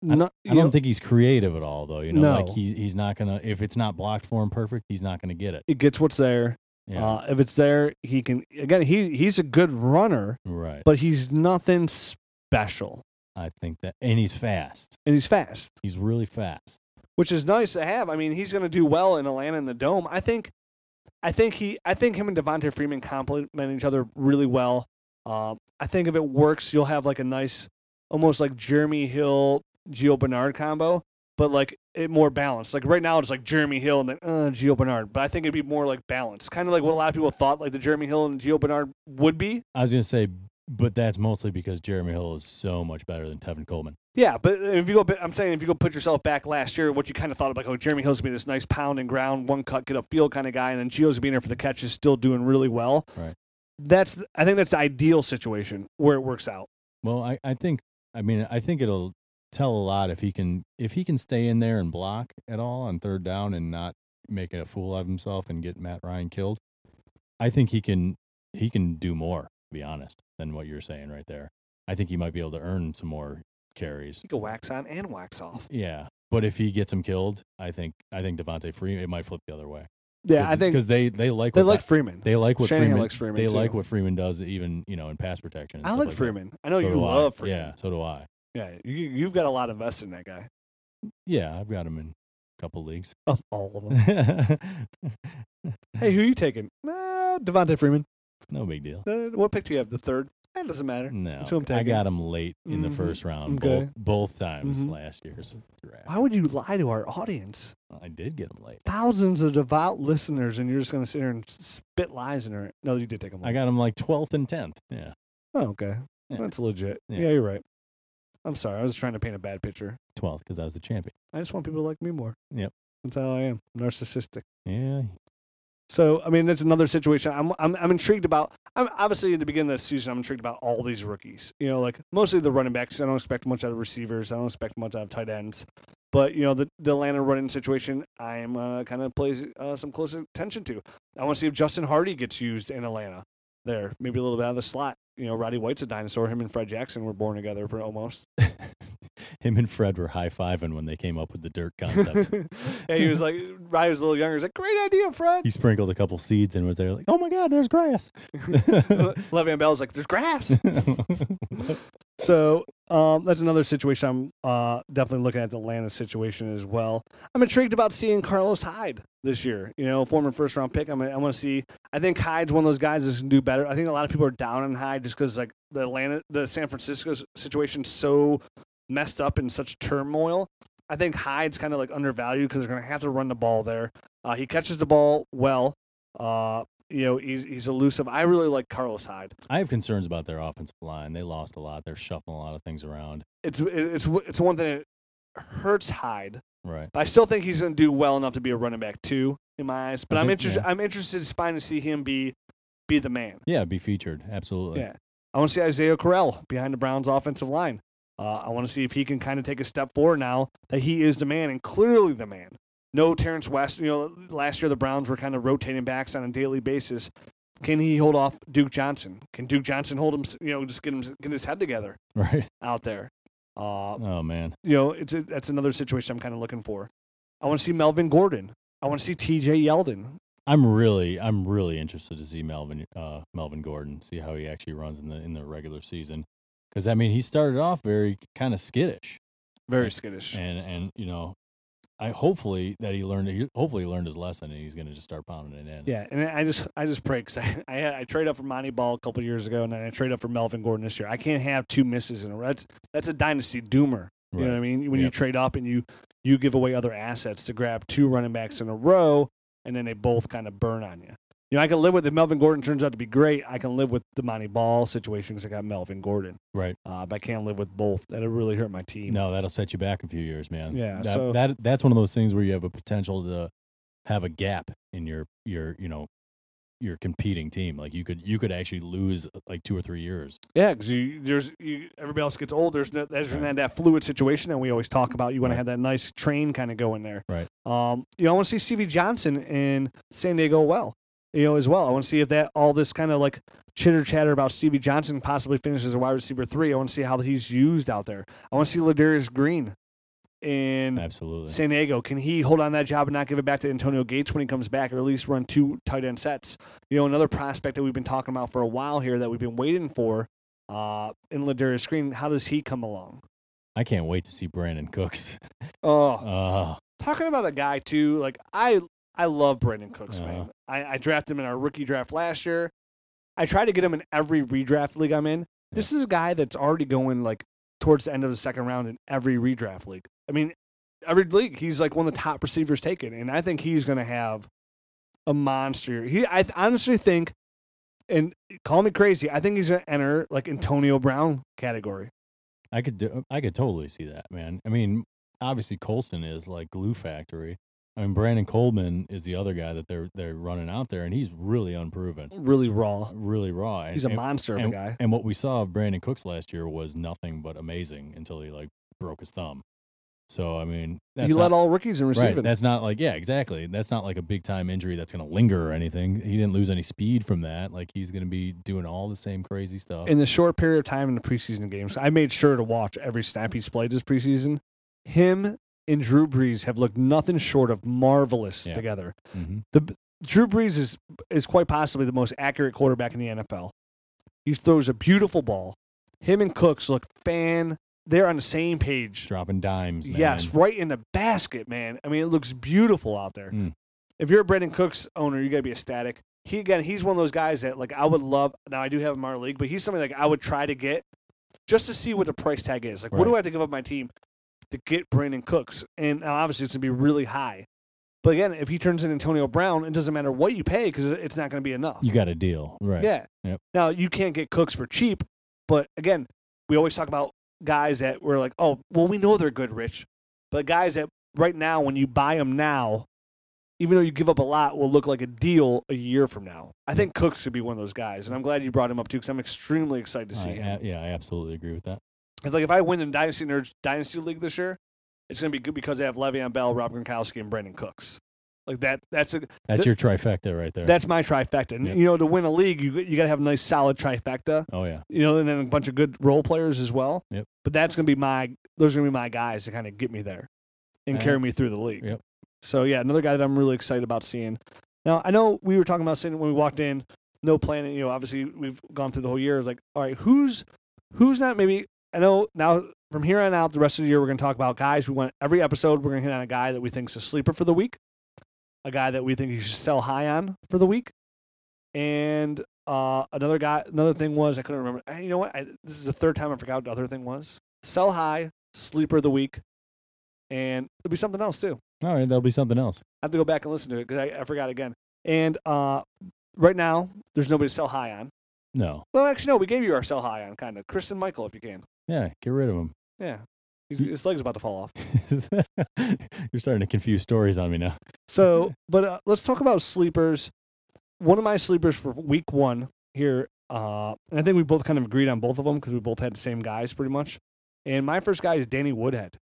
S2: No,
S3: I don't think he's creative at all, though. You know, like
S2: No.
S3: he, he's not going to, if it's not blocked for him perfect, he's not going to get it.
S2: it gets what's there.
S3: Yeah.
S2: Uh, if it's there, he can. Again, he he's a good runner,
S3: right.
S2: but he's nothing special.
S3: I think that, and he's fast.
S2: and he's fast,
S3: He's really fast.
S2: which is nice to have. I mean, he's going to do well in Atlanta in the dome. I think, I think he, I think him and Devontae Freeman complement each other really well. Um, I think if it works, you'll have like a nice, almost like Jeremy Hill, Gio Bernard combo, but like it more balanced. Like right now, it's like Jeremy Hill and then uh, Gio Bernard, but I think it'd be more like balanced, kind of like what a lot of people thought like the Jeremy Hill and Gio Bernard would be.
S3: I was gonna say, but that's mostly because Jeremy Hill is so much better than Tevin Coleman.
S2: Yeah, but uh, if you go, I'm saying if you go put yourself back last year, what you kind of thought of like, oh, Jeremy Hill's gonna be this nice pound and ground, one cut, get up field kind of guy, and then Gio's being there for the catches, still doing really well.
S3: Right.
S2: That's I think that's the ideal situation where it works out.
S3: Well, I, I think I mean I think it'll tell a lot if he can if he can stay in there and block at all on third down and not make a fool of himself and get Matt Ryan killed. I think he can he can do more, to be honest, than what you're saying right there. I think he might be able to earn some more carries.
S2: You can wax on and wax off.
S3: Yeah. But if he gets him killed, I think I think Devontae Freeman it might flip the other way.
S2: Yeah, I think
S3: because they they like
S2: they
S3: what
S2: like Freeman.
S3: They like what
S2: Shanahan
S3: Freeman,
S2: likes Freeman,
S3: They
S2: too.
S3: like what Freeman does, even you know, in pass protection. and
S2: I
S3: stuff
S2: like
S3: that.
S2: Freeman. I know
S3: So
S2: you
S3: do I.
S2: love Freeman.
S3: Yeah, so do I.
S2: Yeah, you you've got a lot invested in that guy.
S3: Yeah, I've got him in a couple leagues.
S2: Of all of them.
S3: no
S2: hey, who are you taking? Uh, Devontae Freeman.
S3: big deal.
S2: Uh, what pick do you have? The third. That doesn't matter.
S3: No,
S2: who I'm
S3: I
S2: taking.
S3: got him late in the
S2: Mhm.
S3: first round,
S2: Okay.
S3: both both times
S2: Mhm.
S3: last year's draft.
S2: Why would you lie to our audience?
S3: I did get him late.
S2: thousands of devout listeners, and you're just going to sit here and spit lies in her. No, you did take them.
S3: I got him like twelfth and tenth. Yeah,
S2: Oh, okay.
S3: Yeah.
S2: That's legit.
S3: Yeah.
S2: Yeah. you're right. I'm sorry. I was trying to paint a bad picture.
S3: twelfth because I was the champion.
S2: I just want people to like me more.
S3: Yep.
S2: That's how I am. Narcissistic.
S3: Yeah,
S2: So I mean, that's another situation. I'm I'm, I'm intrigued about. I'm obviously at the beginning of the season. I'm intrigued about all these rookies. You know, like mostly the running backs. I don't expect much out of receivers. I don't expect much out of tight ends. But you know, the, the Atlanta running situation, I'm uh, kind of plays uh, some close attention to. I want to see if Justin Hardy gets used in Atlanta. There, maybe a little bit out of the slot. You know, Roddy White's a dinosaur. Him and Fred Jackson were born together for almost.
S3: Him and Fred were high fiving when they came up with the dirt concept.
S2: and he was like, Roddy was a little younger. He's like, great idea, Fred.
S3: he sprinkled a couple seeds and was there like, oh my god, there's grass.
S2: Le'Veon Bell's like, there's grass. So um, that's another situation. I'm uh, definitely looking at the Atlanta situation as well. I'm intrigued about seeing Carlos Hyde this year. You know, former first round pick. I'm, I'm going to see. I think Hyde's one of those guys that's going to do better. I think a lot of people are down on Hyde just because like the Atlanta, the San Francisco s- situation's so messed up in such turmoil. I think Hyde's kind of like undervalued because they're going to have to run the ball there. Uh, he catches the ball well. Uh, you know, he's he's elusive. I really like Carlos Hyde.
S3: I have concerns about their offensive line. They lost a lot. They're shuffling a lot of things around.
S2: It's it- it's it's one thing that hurts Hyde
S3: Right.
S2: But I still think he's going to do well enough to be a running back too in my eyes. But
S3: I
S2: I'm
S3: think-
S2: interested.
S3: yeah.
S2: I'm interested in finding to see him be be the man.
S3: Yeah, be featured. Absolutely.
S2: Yeah, I want to see Isaiah Correll behind the Browns' offensive line. Uh, I want to see if he can kind of take a step forward now that he is the man and clearly the man. No Terrence West. You know, last year the Browns were kind of rotating backs on a daily basis. Can he hold off Duke Johnson? Can Duke Johnson hold him? You know, just get him get his head together
S3: Right.
S2: out there. Uh,
S3: Oh man.
S2: you know, it's a, that's another situation I'm kind of looking for. I want to see Melvin Gordon. I want to see T.J. Yeldon.
S3: I'm really I'm really interested to see Melvin uh Melvin Gordon, see how he actually runs in the in the regular season. Cuz I mean, he started off very kind of skittish
S2: Very skittish.
S3: and and you know, I hopefully that he learned he hopefully learned his lesson and he's going to just start pounding it in.
S2: Yeah, and I just I just pray because I, I I traded up for Monty Ball a couple years ago, and then I traded up for Melvin Gordon this year. I can't have two misses in a row. That's that's a dynasty doomer. You know what I
S3: Right.
S2: mean? When you
S3: Yep.
S2: trade up and you you give away other assets to grab two running backs in a row, and then they both kind of burn on you. You know, I can live with if Melvin Gordon turns out to be great. I can live with the Monty Ball situation because I got Melvin Gordon.
S3: Right.
S2: Uh, but I can't live with both. That'll really hurt my team.
S3: No, that'll set you back a few years, man.
S2: Yeah,
S3: that,
S2: so-
S3: that that's one of those things where you have a potential to have a gap in your your you know your competing team. Like you could you could actually lose like two or three years.
S2: Yeah, because you, there's you, everybody else gets old. There's no, there's
S3: Right.
S2: not that fluid situation that we always talk about. You want to
S3: Right.
S2: have that nice train kind of going there.
S3: Right.
S2: Um. You know, I want to see Stevie Johnson in San Diego. Well, you know, as well. I want to see if that all this kind of like chitter chatter about Stevie Johnson possibly finishes a wide receiver three. I want to see how he's used out there. I want to see Ladarius Green in
S3: Absolutely.
S2: San Diego. Can he hold on that job and not give it back to Antonio Gates when he comes back, or at least run two tight end sets? You know, another prospect that we've been talking about for a while here that we've been waiting for uh, in Ladarius Green. How does he come along?
S3: I can't wait to see Brandon Cooks.
S2: Oh,
S3: Uh,
S2: talking about a guy too. Like I, I love Brandon Cooks, man.
S3: Uh-huh.
S2: I, I drafted him in our rookie draft last year. I try to get him in every redraft league I'm in. This is a guy that's already going like towards the end of the second round in every redraft league. I mean, every league he's like one of the top receivers taken, and I think he's going to have a monster. year. He, I th- honestly think, and call me crazy, I think he's going to enter like Antonio Brown category.
S3: I could do, I could totally see that, man. I mean, obviously Colston is like glue factory. I mean, Brandon Coleman is the other guy that they're they're running out there, and he's really unproven, uh,
S2: Really raw.
S3: really raw. and-
S2: He's a
S3: and-
S2: monster of a guy.
S3: And what we saw of Brandon Cooks last year was nothing but amazing until he like broke his thumb. So I mean, that's
S2: He
S3: not,
S2: led all rookies in
S3: right,
S2: receiving.
S3: That's not like yeah, exactly. That's not like a big time injury that's going to linger or anything. He didn't lose any speed from that. Like he's going to be doing all the same crazy stuff.
S2: in the short period of time in the preseason games, I made sure to watch every snap he's played this preseason. Him and Drew Brees have looked nothing short of marvelous
S3: Yeah.
S2: together.
S3: Mhm.
S2: Drew Brees is is quite possibly the most accurate quarterback in the NFL. He throws a beautiful ball. Him and Cooks look fan. They're on the same page.
S3: Dropping dimes. Man.
S2: Yes, right in the basket, man. I mean, it looks beautiful out there.
S3: Mm.
S2: If you're a Brandon Cooks owner, you gotta be ecstatic. He again, he's one of those guys that like I would love. Now I do have him in our league, but he's something like I would try to get just to see what the price tag is. Like, what do
S3: Right.
S2: I have to give up my team to get Brandon Cooks? And now, obviously, it's gonna be really high. But again, if he turns into Antonio Brown, it doesn't matter what you pay because it's not gonna be enough.
S3: You got a deal, right?
S2: Yeah.
S3: Yep.
S2: Now you can't get cooks for cheap, but again, we always talk about guys that were like, oh, well, we know they're good, Rich, but guys that right now, when you buy them now, even though you give up a lot, will look like a deal a year from now. I think Cooks could be one of those guys, and I'm glad you brought him up too because I'm extremely excited to see
S3: I-
S2: him.
S3: I- yeah, I absolutely agree with that.
S2: And like if I win the Dynasty Nerds Dynasty League this year, it's gonna be good because they have Le'Veon Bell, Rob Gronkowski, and Brandon Cooks. Like that. That's a
S3: That's
S2: Th-
S3: your trifecta right there.
S2: that's my trifecta. And
S3: Yeah.
S2: you know, to win a league, you you gotta have a nice solid trifecta.
S3: oh yeah,
S2: You know, and then a bunch of good role players as well.
S3: Yep.
S2: But that's gonna be my those are gonna be my guys to kind of get me there and
S3: Uh,
S2: carry me through the league.
S3: yep.
S2: So yeah, another guy that I'm really excited about seeing. Now I know we were talking about seeing when we walked in, no planning. You know, obviously we've gone through the whole year. It's like, all right, who's who's not maybe I know now from here on out, the rest of the year, we're going to talk about guys. We want every episode, we're going to hit on a guy that we think's a sleeper for the week, a guy that we think you should sell high on for the week, and uh, another guy. Another thing was I couldn't remember. Hey, You know what? I, this is the third time I forgot what the other thing was. Sell high, sleeper of the week, and it'll be something else too.
S3: all right, that'll be something else.
S2: I have to go back and listen to it because I, I forgot again. And uh, right now, there's nobody to sell high on.
S3: No,
S2: Well, actually, no, we gave you our sell high on kind of Kristen Michael if you can.
S3: yeah, get rid of him.
S2: Yeah, He's, his leg's about to fall off.
S3: You're starting to confuse stories on me now.
S2: So, but uh, let's talk about sleepers. One of my sleepers for week one here, uh, and I think we both kind of agreed on both of them because we both had the same guys pretty much. And my first guy is Danny Woodhead.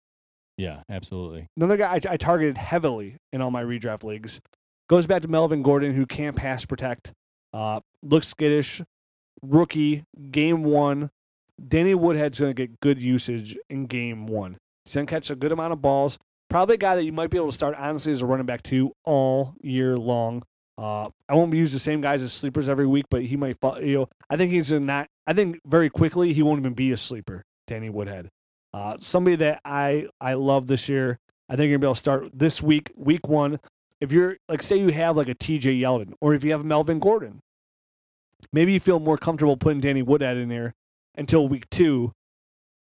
S3: Yeah, absolutely.
S2: Another guy I, I targeted heavily in all my redraft leagues goes back to Melvin Gordon, who can't pass protect, uh, looks skittish, rookie, game one. Danny Woodhead's going to get good usage in game one. He's going to catch a good amount of balls. Probably a guy that you might be able to start, honestly, as a running back two all year long. Uh, I won't use the same guys as sleepers every week, but he might, fall, you know, I think he's a not, I think very quickly he won't even be a sleeper, Danny Woodhead. Uh, somebody that I, I love this year. I think you're going to be able to start this week, week one. If you're, like, say you have like a TJ Yeldon or if you have Melvin Gordon, maybe you feel more comfortable putting Danny Woodhead in there until week two.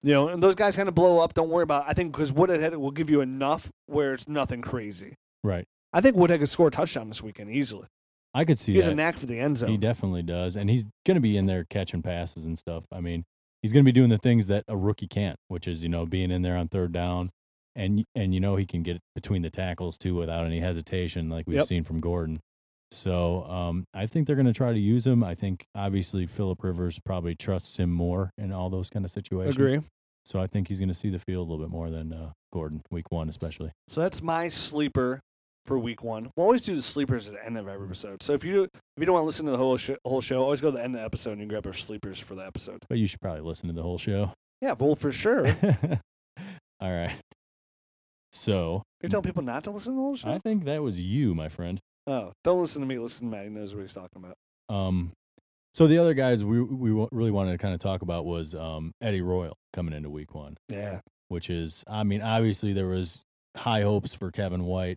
S2: You know, and those guys kind of blow up. Don't worry about. It. I think because Woodhead will give you enough where it's nothing crazy.
S3: Right.
S2: I think Woodhead could score a touchdown this weekend easily.
S3: I could see
S2: He has
S3: that.
S2: a knack for the end zone.
S3: He definitely does, and he's going to be in there catching passes and stuff. I mean, he's going to be doing the things that a rookie can't, which is you know being in there on third down, and and you know he can get between the tackles too without any hesitation, like we've
S2: Yep.
S3: seen from Gordon. So um, I think they're going to try to use him. I think obviously Philip Rivers probably trusts him more in all those kind of situations.
S2: Agree.
S3: So I think he's going to see the field a little bit more than uh, Gordon week one, especially.
S2: So that's my sleeper for week one. We'll always do the sleepers at the end of every episode. So if you if you don't want to listen to the whole show, whole show, always go to the end of the episode and you grab our sleepers for the episode.
S3: But you should probably listen to the whole show.
S2: Yeah, well for sure.
S3: all right. So
S2: You're telling people not to listen to the whole show?
S3: I think that was you, my friend.
S2: Oh, don't listen to me. Listen to Matt. He knows what he's talking about.
S3: Um, so the other guys we we wa- really wanted to kind of talk about was um, Eddie Royal coming into Week One,
S2: Yeah.
S3: which is I mean obviously there was high hopes for Kevin White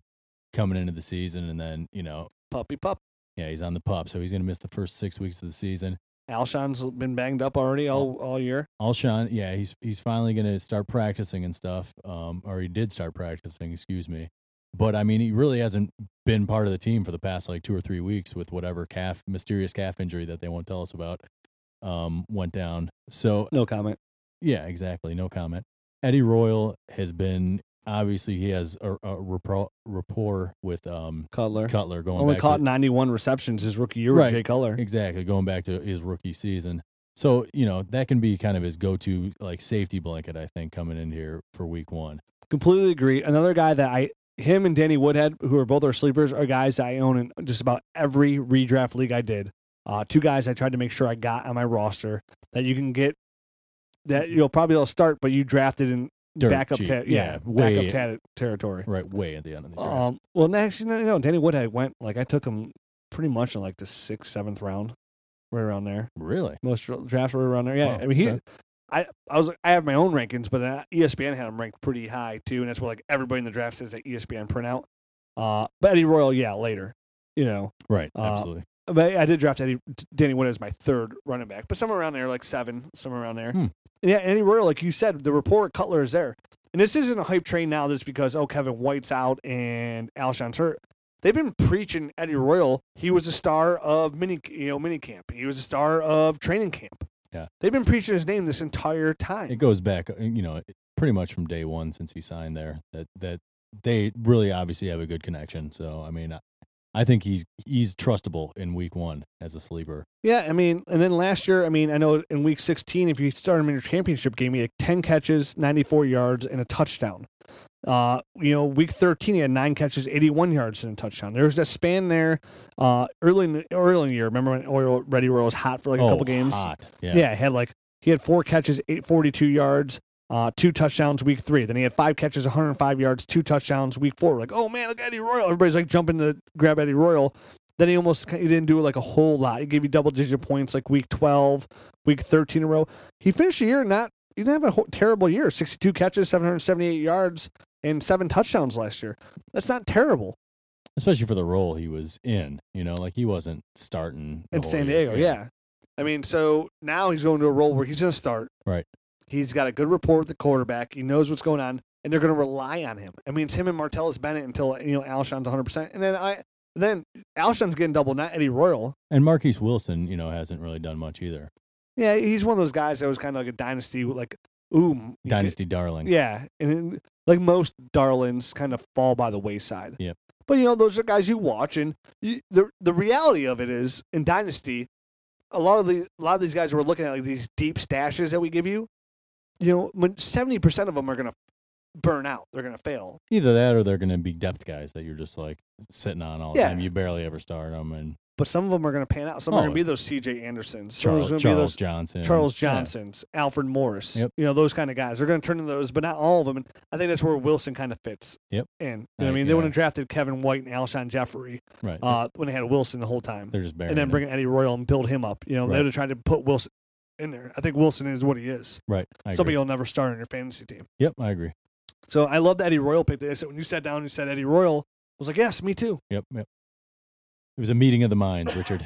S3: coming into the season, and then you know
S2: Puppy pup.
S3: yeah he's on the pup, so he's gonna miss the first six weeks of the season.
S2: Alshon's been banged up already all, all year.
S3: Alshon, uh, yeah he's he's finally gonna start practicing and stuff, um, or he did start practicing, excuse me. But I mean, he really hasn't been part of the team for the past like two or three weeks with whatever calf mysterious calf injury that they won't tell us about um, went down. So
S2: No comment.
S3: Yeah, exactly. No comment. Eddie Royal has been obviously he has a, a rapport, rapport with um,
S2: Cutler.
S3: Cutler going
S2: Only
S3: back
S2: caught
S3: to,
S2: 91 receptions his rookie year
S3: Right.
S2: with Jay Cutler.
S3: exactly going back to his rookie season. So you know that can be kind of his go-to like safety blanket, I think, coming in here for week one.
S2: Completely agree. Another guy that I, him and Danny Woodhead, who are both our sleepers, are guys that I own in just about every redraft league I did. Uh, two guys I tried to make sure I got on my roster that you can get that you'll probably all start, but you drafted in
S3: Dirt
S2: backup,
S3: cheap.
S2: ter- yeah,
S3: Yeah, way-
S2: backup ter- territory.
S3: Right, way at the end of the draft.
S2: Um, well, no, actually, no, no. Danny Woodhead went like I took him pretty much in like the sixth, seventh round, right around there.
S3: really?
S2: Most dra- drafts were around there. Yeah,
S3: Wow,
S2: I mean he.
S3: okay.
S2: I, I was I have my own rankings, but uh, E then ESPN had him ranked pretty high too, and that's what like everybody in the draft says that E ESPN printout. Uh, but Eddie Royal, yeah, later, you know.
S3: Right,
S2: uh,
S3: absolutely.
S2: But I did draft Eddie Danny Woodhead as my third running back, but somewhere around there, like seven, somewhere around there.
S3: Hmm.
S2: And yeah, Eddie Royal, like you said, the report Cutler is there, and this isn't a hype train now. That's because oh Kevin White's out and Alshon's hurt. They've been preaching Eddie Royal. He was a star of mini, you know, mini camp. He was a star of training camp.
S3: Yeah.
S2: they've been preaching his name this entire time.
S3: It goes back, uh, you know, pretty much from day one since he signed there. That that they really obviously have a good connection. So I mean, I, I think he's he's trustable in week one as a sleeper.
S2: Yeah, I mean, and then last year, I mean, I know in week 16, if you start him in your championship game, he had 10 catches, 94 yards, and a touchdown. Uh, you know, week 13, he had nine catches, 81 yards, and a touchdown. There was that span there uh, early in the, early in the year. Remember when Oil Ready Royal was hot for like a
S3: oh,
S2: couple games?
S3: hot.
S2: Yeah. he had like he had four catches, 842 yards, uh, two touchdowns week three. Then he had five catches, 105 yards, two touchdowns week four. We're like, oh man, look at Eddie Royal. Everybody's like jumping to grab Eddie Royal. Then he almost he didn't do like a whole lot. He gave you double digit points like week 12, week 13 in a row. He finished the year not he didn't have a whole, terrible year. 62 catches, 778 yards, and seven touchdowns last year. That's not terrible.
S3: especially for the role he was in. You know, like he wasn't starting the
S2: in
S3: whole
S2: San
S3: year.
S2: Diego. Oh, Yeah. I mean, so now he's going to a role where he's going to start.
S3: Right.
S2: He's got a good rapport with the quarterback. He knows what's going on, and they're going to rely on him. I mean, it's him and Martellus Bennett until you know Alshon's 100. percent And then I then Alshon's getting double, not Eddie Royal.
S3: and Marquise Wilson, you know, hasn't really done much either.
S2: Yeah, he's one of those guys that was kind of like a dynasty, like ooh you get-
S3: Dynasty darling.
S2: Yeah, and it- like most darlings, kind of fall by the wayside.
S3: Yep.
S2: But you know, those are guys you watch, and you, the the reality of it is in dynasty, a lot of the a lot of these guys we're looking at like these deep stashes that we give you. You know, when seventy percent of them are gonna burn out, they're gonna fail.
S3: Either that, or they're going to be depth guys that you're just like sitting on all the
S2: Yeah.
S3: time. You barely ever start them, and
S2: But some of them are gonna pan out. Some are
S3: Oh.
S2: gonna be those C.J. Andersons. Some
S3: Charles,
S2: are gonna be
S3: Charles
S2: those
S3: Johnson.
S2: Charles
S3: Yeah.
S2: Johnsons, Alfred Morris,
S3: Yep.
S2: you know, those kind of guys. They're going to turn into those, but not all of them. And I think that's where Wilson kind of fits
S3: Yep.
S2: in. You know what I
S3: Right,
S2: mean, they
S3: yeah.
S2: wouldn't have drafted Kevin White and Alshon Jeffrey
S3: Right.
S2: uh, when they had Wilson the whole time,
S3: they're just barely.
S2: and then bring in Eddie Royal and build him up. You know, they
S3: Right.
S2: would have tried to put Wilson in there. I think Wilson is what he is.
S3: Right. I
S2: Somebody
S3: agree.
S2: you'll never start on your fantasy team.
S3: Yep. I agree.
S2: So I love the Eddie Royal pick. They said when you sat down, you said Eddie Royal. I was like, yes, me too.
S3: Yep. Yep. It was a meeting of the minds, Richard.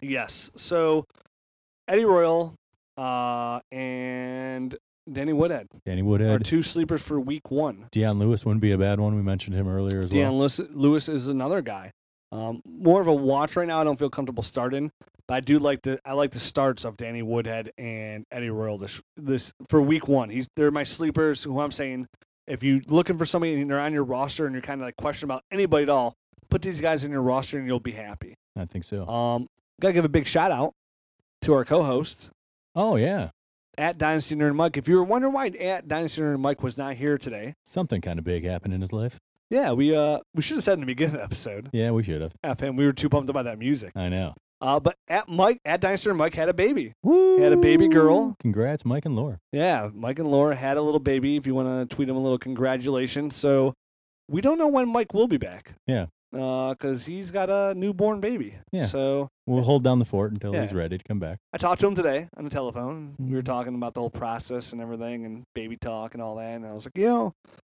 S2: Yes. So Eddie Royal uh, and Danny Woodhead.
S3: Danny
S2: Our
S3: Woodhead.
S2: two sleepers for week one.
S3: Deion Lewis wouldn't be a bad one. We mentioned him earlier as well.
S2: Deion Lewis, Lewis is another guy. Um, more of a watch right now. I don't feel comfortable starting, but I do like the I like the starts of Danny Woodhead and Eddie Royal this this for week one. He's they're my sleepers. Who I'm saying, if you're looking for somebody and they're on your roster and you're kind of like questioning about anybody at all, put these guys in your roster and you'll be happy.
S3: I think so.
S2: Um, gotta give a big shout out to our co-host
S3: oh yeah,
S2: at Dynasty Nerd Mike. If you were wondering why at Dynasty Nerd Mike was not here today,
S3: something kind of big happened in his life.
S2: yeah, we uh we should have said in the beginning of the episode.
S3: Yeah, we should have.
S2: FM. We were too pumped about that music.
S3: I know.
S2: Uh, but at Mike at Dynasty, Mike had a baby.
S3: Woo!
S2: Had a baby girl.
S3: Congrats, Mike and Laura.
S2: Yeah, Mike and Laura had a little baby. If you want to tweet him a little congratulations. So we don't know when Mike will be back.
S3: Yeah.
S2: Because he's got a newborn baby.
S3: Yeah.
S2: So
S3: We'll hold down the fort until he's
S2: Yeah.
S3: ready to come back.
S2: I talked to him today on the telephone. We were
S3: Mhm.
S2: talking about the whole process and everything and baby talk and all that. And I was like, you know,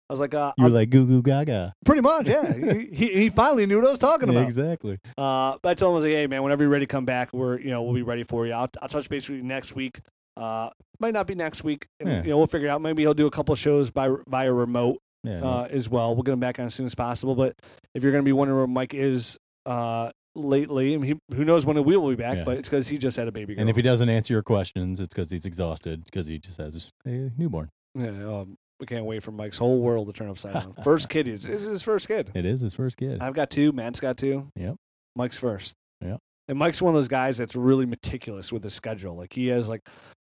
S2: I was like, uh,
S3: You were
S2: I'm-
S3: like goo goo gaga.
S2: pretty much, yeah. he, he he finally knew what I was talking
S3: Yeah,
S2: about.
S3: exactly.
S2: Uh, but I told him, I was like, hey, man, whenever you're ready to come back, we're, you know, we'll be ready for you. I'll, I'll touch base with you next week. Uh, might not be next week. And,
S3: Yeah.
S2: You know, we'll figure it out. Maybe he'll do a couple of shows by via remote
S3: Yeah. no,
S2: uh, as well. We'll get him back on as soon as possible. But if you're going to be wondering where Mike is uh, lately, and he, who knows when we will be back,
S3: Yeah.
S2: but it's because he just had a baby girl.
S3: and if he doesn't answer your questions, it's because he's exhausted because he just has a newborn.
S2: yeah, um, we can't wait for Mike's whole world to turn upside down. First kid is, is his first kid.
S3: It is his first kid.
S2: I've got two. Matt's got two.
S3: Yep.
S2: Mike's first.
S3: Yep.
S2: And Mike's one of those guys that's really meticulous with his schedule. Like he has like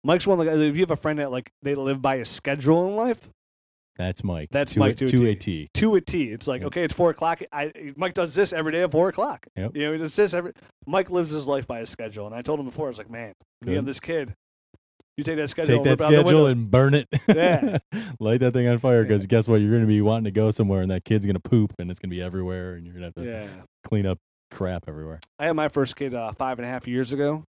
S2: Mike's one of the guys. If you have a friend that like they live by his schedule in life
S3: That's Mike.
S2: That's
S3: to
S2: Mike
S3: a,
S2: to a
S3: to
S2: T.
S3: a T.
S2: to a T, it's like
S3: Yep.
S2: okay, it's four o'clock. I Mike does this every day at four o'clock.
S3: Yep.
S2: You know, he does this every. Mike lives his life by his schedule, and I told him before, I was like, man, you have
S3: Good.
S2: this kid, you take that schedule,
S3: Take
S2: and
S3: that
S2: rip it out the
S3: schedule
S2: window.
S3: and burn it.
S2: Yeah.
S3: Light that thing on fire
S2: Yeah.
S3: because guess what? You're going to be wanting to go somewhere and that kid's going to poop and it's going to be everywhere and you're going to have to
S2: yeah.
S3: clean up crap everywhere.
S2: I had my first kid uh, five and a half years ago.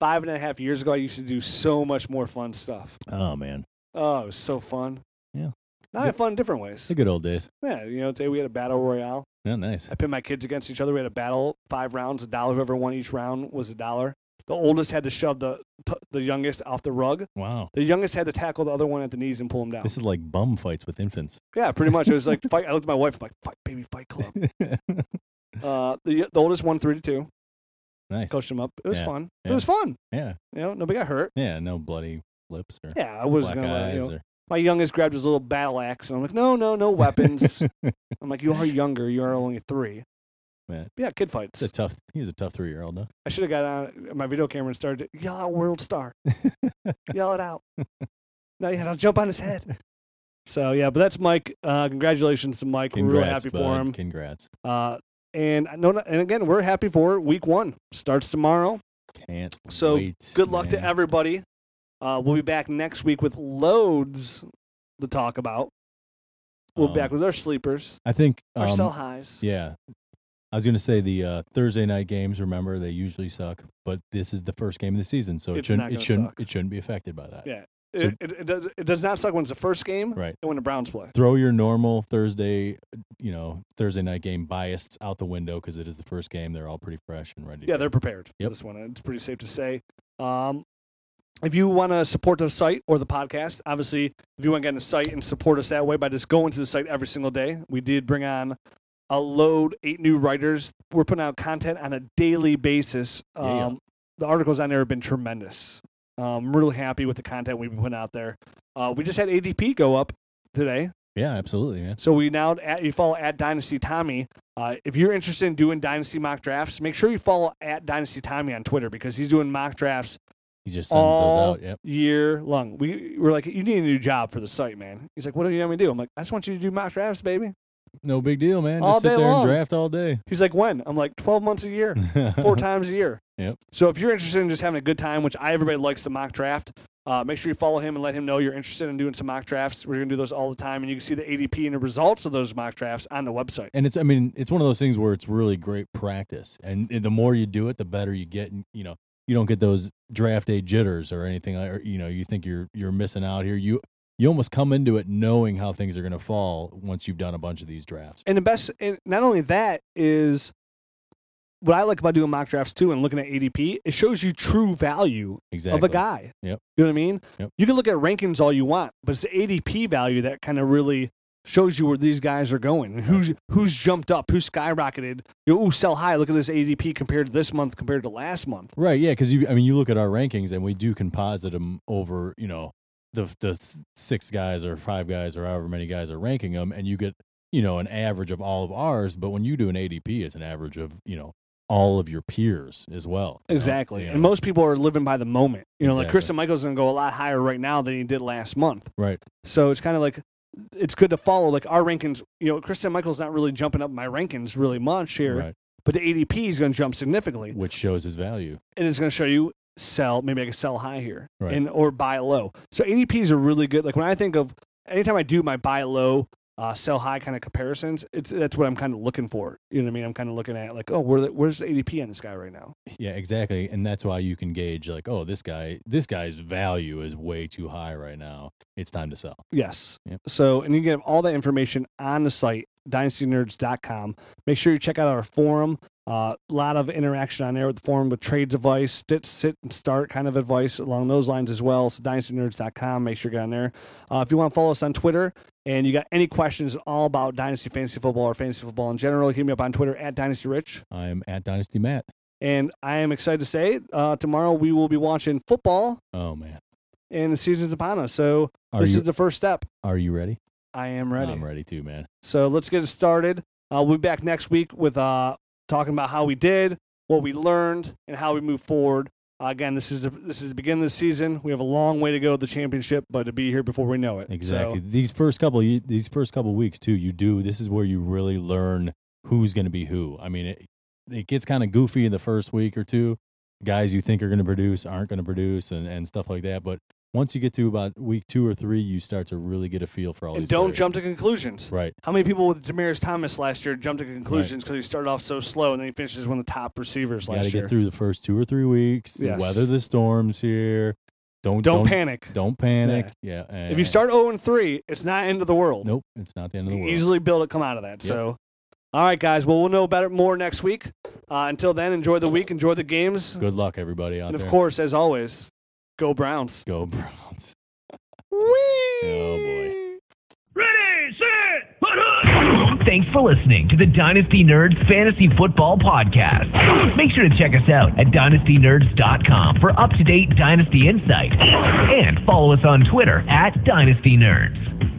S2: Five and a half years ago, I used to do so much more fun stuff.
S3: Oh, man.
S2: Oh, it was so fun.
S3: Yeah.
S2: Now I had fun different ways.
S3: The good old days.
S2: Yeah, you know, today we had a battle royale.
S3: Yeah, nice.
S2: I pit my kids against each other. We had a battle, five rounds, a dollar. Whoever won each round was a dollar. The oldest had to shove the t- the youngest off the rug.
S3: Wow.
S2: The youngest had to tackle the other one at the knees and pull him down.
S3: This is like bum fights with infants.
S2: yeah, pretty much. It was like fight. I looked at my wife. I'm like, fight, baby, fight club. Uh, the the oldest won three to two.
S3: nice.
S2: Coached him up. It was
S3: Yeah,
S2: fun. It
S3: yeah.
S2: was fun.
S3: Yeah.
S2: You know, nobody got hurt.
S3: Yeah. No bloody lips or
S2: Yeah, I was
S3: black
S2: gonna. Let,
S3: eyes
S2: you know,
S3: or
S2: my youngest grabbed his little battle axe, and I'm like, no, no, no weapons. I'm like, you are younger. You are only three.
S3: Man,
S2: But yeah, kid fights.
S3: it's a tough. He's a tough three year old though.
S2: I should have got on uh, my video camera and started to yell out "World Star," yell it out. No, yeah, I'll jump on his head. So yeah, but that's Mike. Uh, congratulations to Mike. we're really
S3: Congrats,
S2: happy for
S3: bud.
S2: him.
S3: Congrats.
S2: Uh, and I know, and again, we're happy for week one starts tomorrow.
S3: Can't
S2: So,
S3: wait,
S2: Good luck to
S3: man.
S2: everybody. Uh, we'll be back next week with loads to talk about. We'll
S3: Um,
S2: be back with our sleepers,
S3: I think.
S2: our
S3: um,
S2: sell highs.
S3: Yeah. I was going to say the uh, Thursday night games. Remember, they usually suck, but this is the first game of the season, so it
S2: It's not
S3: shouldn't it
S2: gonna
S3: shouldn't
S2: suck.
S3: it shouldn't be affected by that.
S2: Yeah.
S3: so-
S2: it, it, it does. It does not suck when it's the first game
S3: Right.
S2: and when the Browns play.
S3: Throw your normal Thursday, you know, Thursday night game bias out the window because it is the first game. They're all pretty fresh and ready. to
S2: Yeah,
S3: go.
S2: they're prepared. for
S3: Yep.
S2: This one, it's pretty safe to say. Um, if you want to support the site or the podcast, obviously, if you want to get on the site and support us that way by just going to the site every single day, we did bring on a load eight new writers. We're putting out content on a daily basis. Um,
S3: Yeah, yeah.
S2: The articles on there have been tremendous. Um, really happy with the content we've been putting out there. Uh, we just had ADP go up today.
S3: yeah, absolutely, man.
S2: So we now at, you follow at Dynasty Tommy. Uh, if you're interested in doing Dynasty mock drafts, make sure you follow at Dynasty Tommy on Twitter because he's doing mock drafts
S3: He just sends
S2: all
S3: those out. Yep.
S2: year long. We we're like, you need a new job for the site, man. He's like, what do you want me to do? I'm like, I just want you to do mock drafts, baby.
S3: No big deal, man.
S2: all
S3: just sit
S2: day
S3: there
S2: long.
S3: and draft all day.
S2: He's like, when? I'm like, 12 months a year, four times a year.
S3: Yep.
S2: So if you're interested in just having a good time, which I everybody likes the mock draft. Uh, make sure you follow him and let him know you're interested in doing some mock drafts. We're gonna do those all the time, and you can see the ADP and the results of those mock drafts on the website.
S3: and it's i mean it's one of those things where it's really great practice and the more you do it the better you get and you know you don't get those draft day jitters or anything like- or you know you think you're you're missing out here you you almost come into it knowing how things are going to fall once you've done a bunch of these drafts
S2: and the best and not only that is what I like about doing mock drafts too and looking at ADP, it shows you true value
S3: exactly
S2: of a guy.
S3: Yep.
S2: You know what I mean?
S3: Yep.
S2: You can look at rankings all you want, but it's the ADP value that kind of really shows you where these guys are going and who's who's jumped up, who's skyrocketed. You know, ooh, sell high. Look at this ADP compared to this month compared to last month.
S3: right yeah because you i mean you look at our rankings and we do composite them over you know the the six guys or five guys or however many guys are ranking them and you get you know an average of all of ours but when you do an adp it's an average of you know all of your peers as well you know?
S2: Exactly.
S3: You
S2: And
S3: know,
S2: most people are living by the moment. You know, like
S3: Exactly.
S2: Kristen Michael's going to go a lot higher right now than he did last month.
S3: right
S2: So it's kind of like it's good to follow like our rankings. You know, Kristen Michael's not really jumping up my rankings really much here,
S3: right
S2: but the ADP is going to jump significantly,
S3: which shows his value
S2: and it's going to show you sell. Maybe I can sell high here,
S3: Right.
S2: and or buy low. So ADPs are really good. Like when I think of anytime I do my buy low. Uh, sell high kind of comparisons. It's that's what I'm kind of looking for. You know what I mean? I'm kind of looking at like, oh, where the, where's the ADP on this guy right now?
S3: yeah exactly and that's why you can gauge like oh this guy this guy's value is way too high right now it's time to sell
S2: Yes.
S3: Yep.
S2: So, and you can have all that information on the site, dynastynerds.com. Make sure you check out our forum. A lot of interaction on there with the forum with trades advice, sit, sit and start kind of advice along those lines as well. So, dynastynerds.com. Make sure you get on there. Uh, if you want to follow us on Twitter and you got any questions at all about Dynasty Fantasy Football or Fantasy Football in general, hit me up on Twitter at Dynasty Rich.
S3: i'm at dynasty matt
S2: And I am excited to say uh, tomorrow we will be watching football
S3: oh man
S2: and the season's upon us. So,
S3: are
S2: this
S3: you
S2: is the first step.
S3: are you ready?
S2: I am ready.
S3: i'm ready too man
S2: So let's get it started. Uh, we'll be back next week with uh, talking about how we did, what we learned, and how we move forward. Uh, again, this is the, this is the beginning of the season. We have a long way to go to the championship, but to be here before we know it.
S3: Exactly.
S2: So,
S3: these first couple you- these first couple weeks too, you do this is where you really learn who's going to be who. I mean, it it gets kind of goofy in the first week or two. Guys you think are going to produce aren't going to produce and, and stuff like that, but once you get to about week 2 or 3, you start to really get a feel for all
S2: and
S3: these
S2: don't
S3: players.
S2: jump to conclusions.
S3: Right.
S2: How many people with Damaris Thomas last year jumped to conclusions because he started off so slow and then he finishes one of the top receivers
S3: Got to
S2: last year?
S3: get through the first 2 or 3 weeks,
S2: Yes.
S3: weather the storms here. Don't
S2: Don't,
S3: don't
S2: panic.
S3: don't panic. Yeah. and-
S2: If you start 0 and 3, it's not end of the world.
S3: Nope, it's not the end of the
S2: You
S3: world.
S2: easily build it come out of that. So, all right, guys. Well, we'll know better more next week. Uh, until then, enjoy the week, enjoy the games,
S3: Good luck everybody out
S2: and of
S3: there.
S2: course, as always, go Browns.
S3: Go Browns.
S2: Whee!
S3: Oh boy.
S1: Ready, set, put up! Thanks for listening to the Dynasty Nerds Fantasy Football Podcast. Make sure to check us out at dynastynerds.com for up to date Dynasty insight and follow us on Twitter at Dynasty Nerds.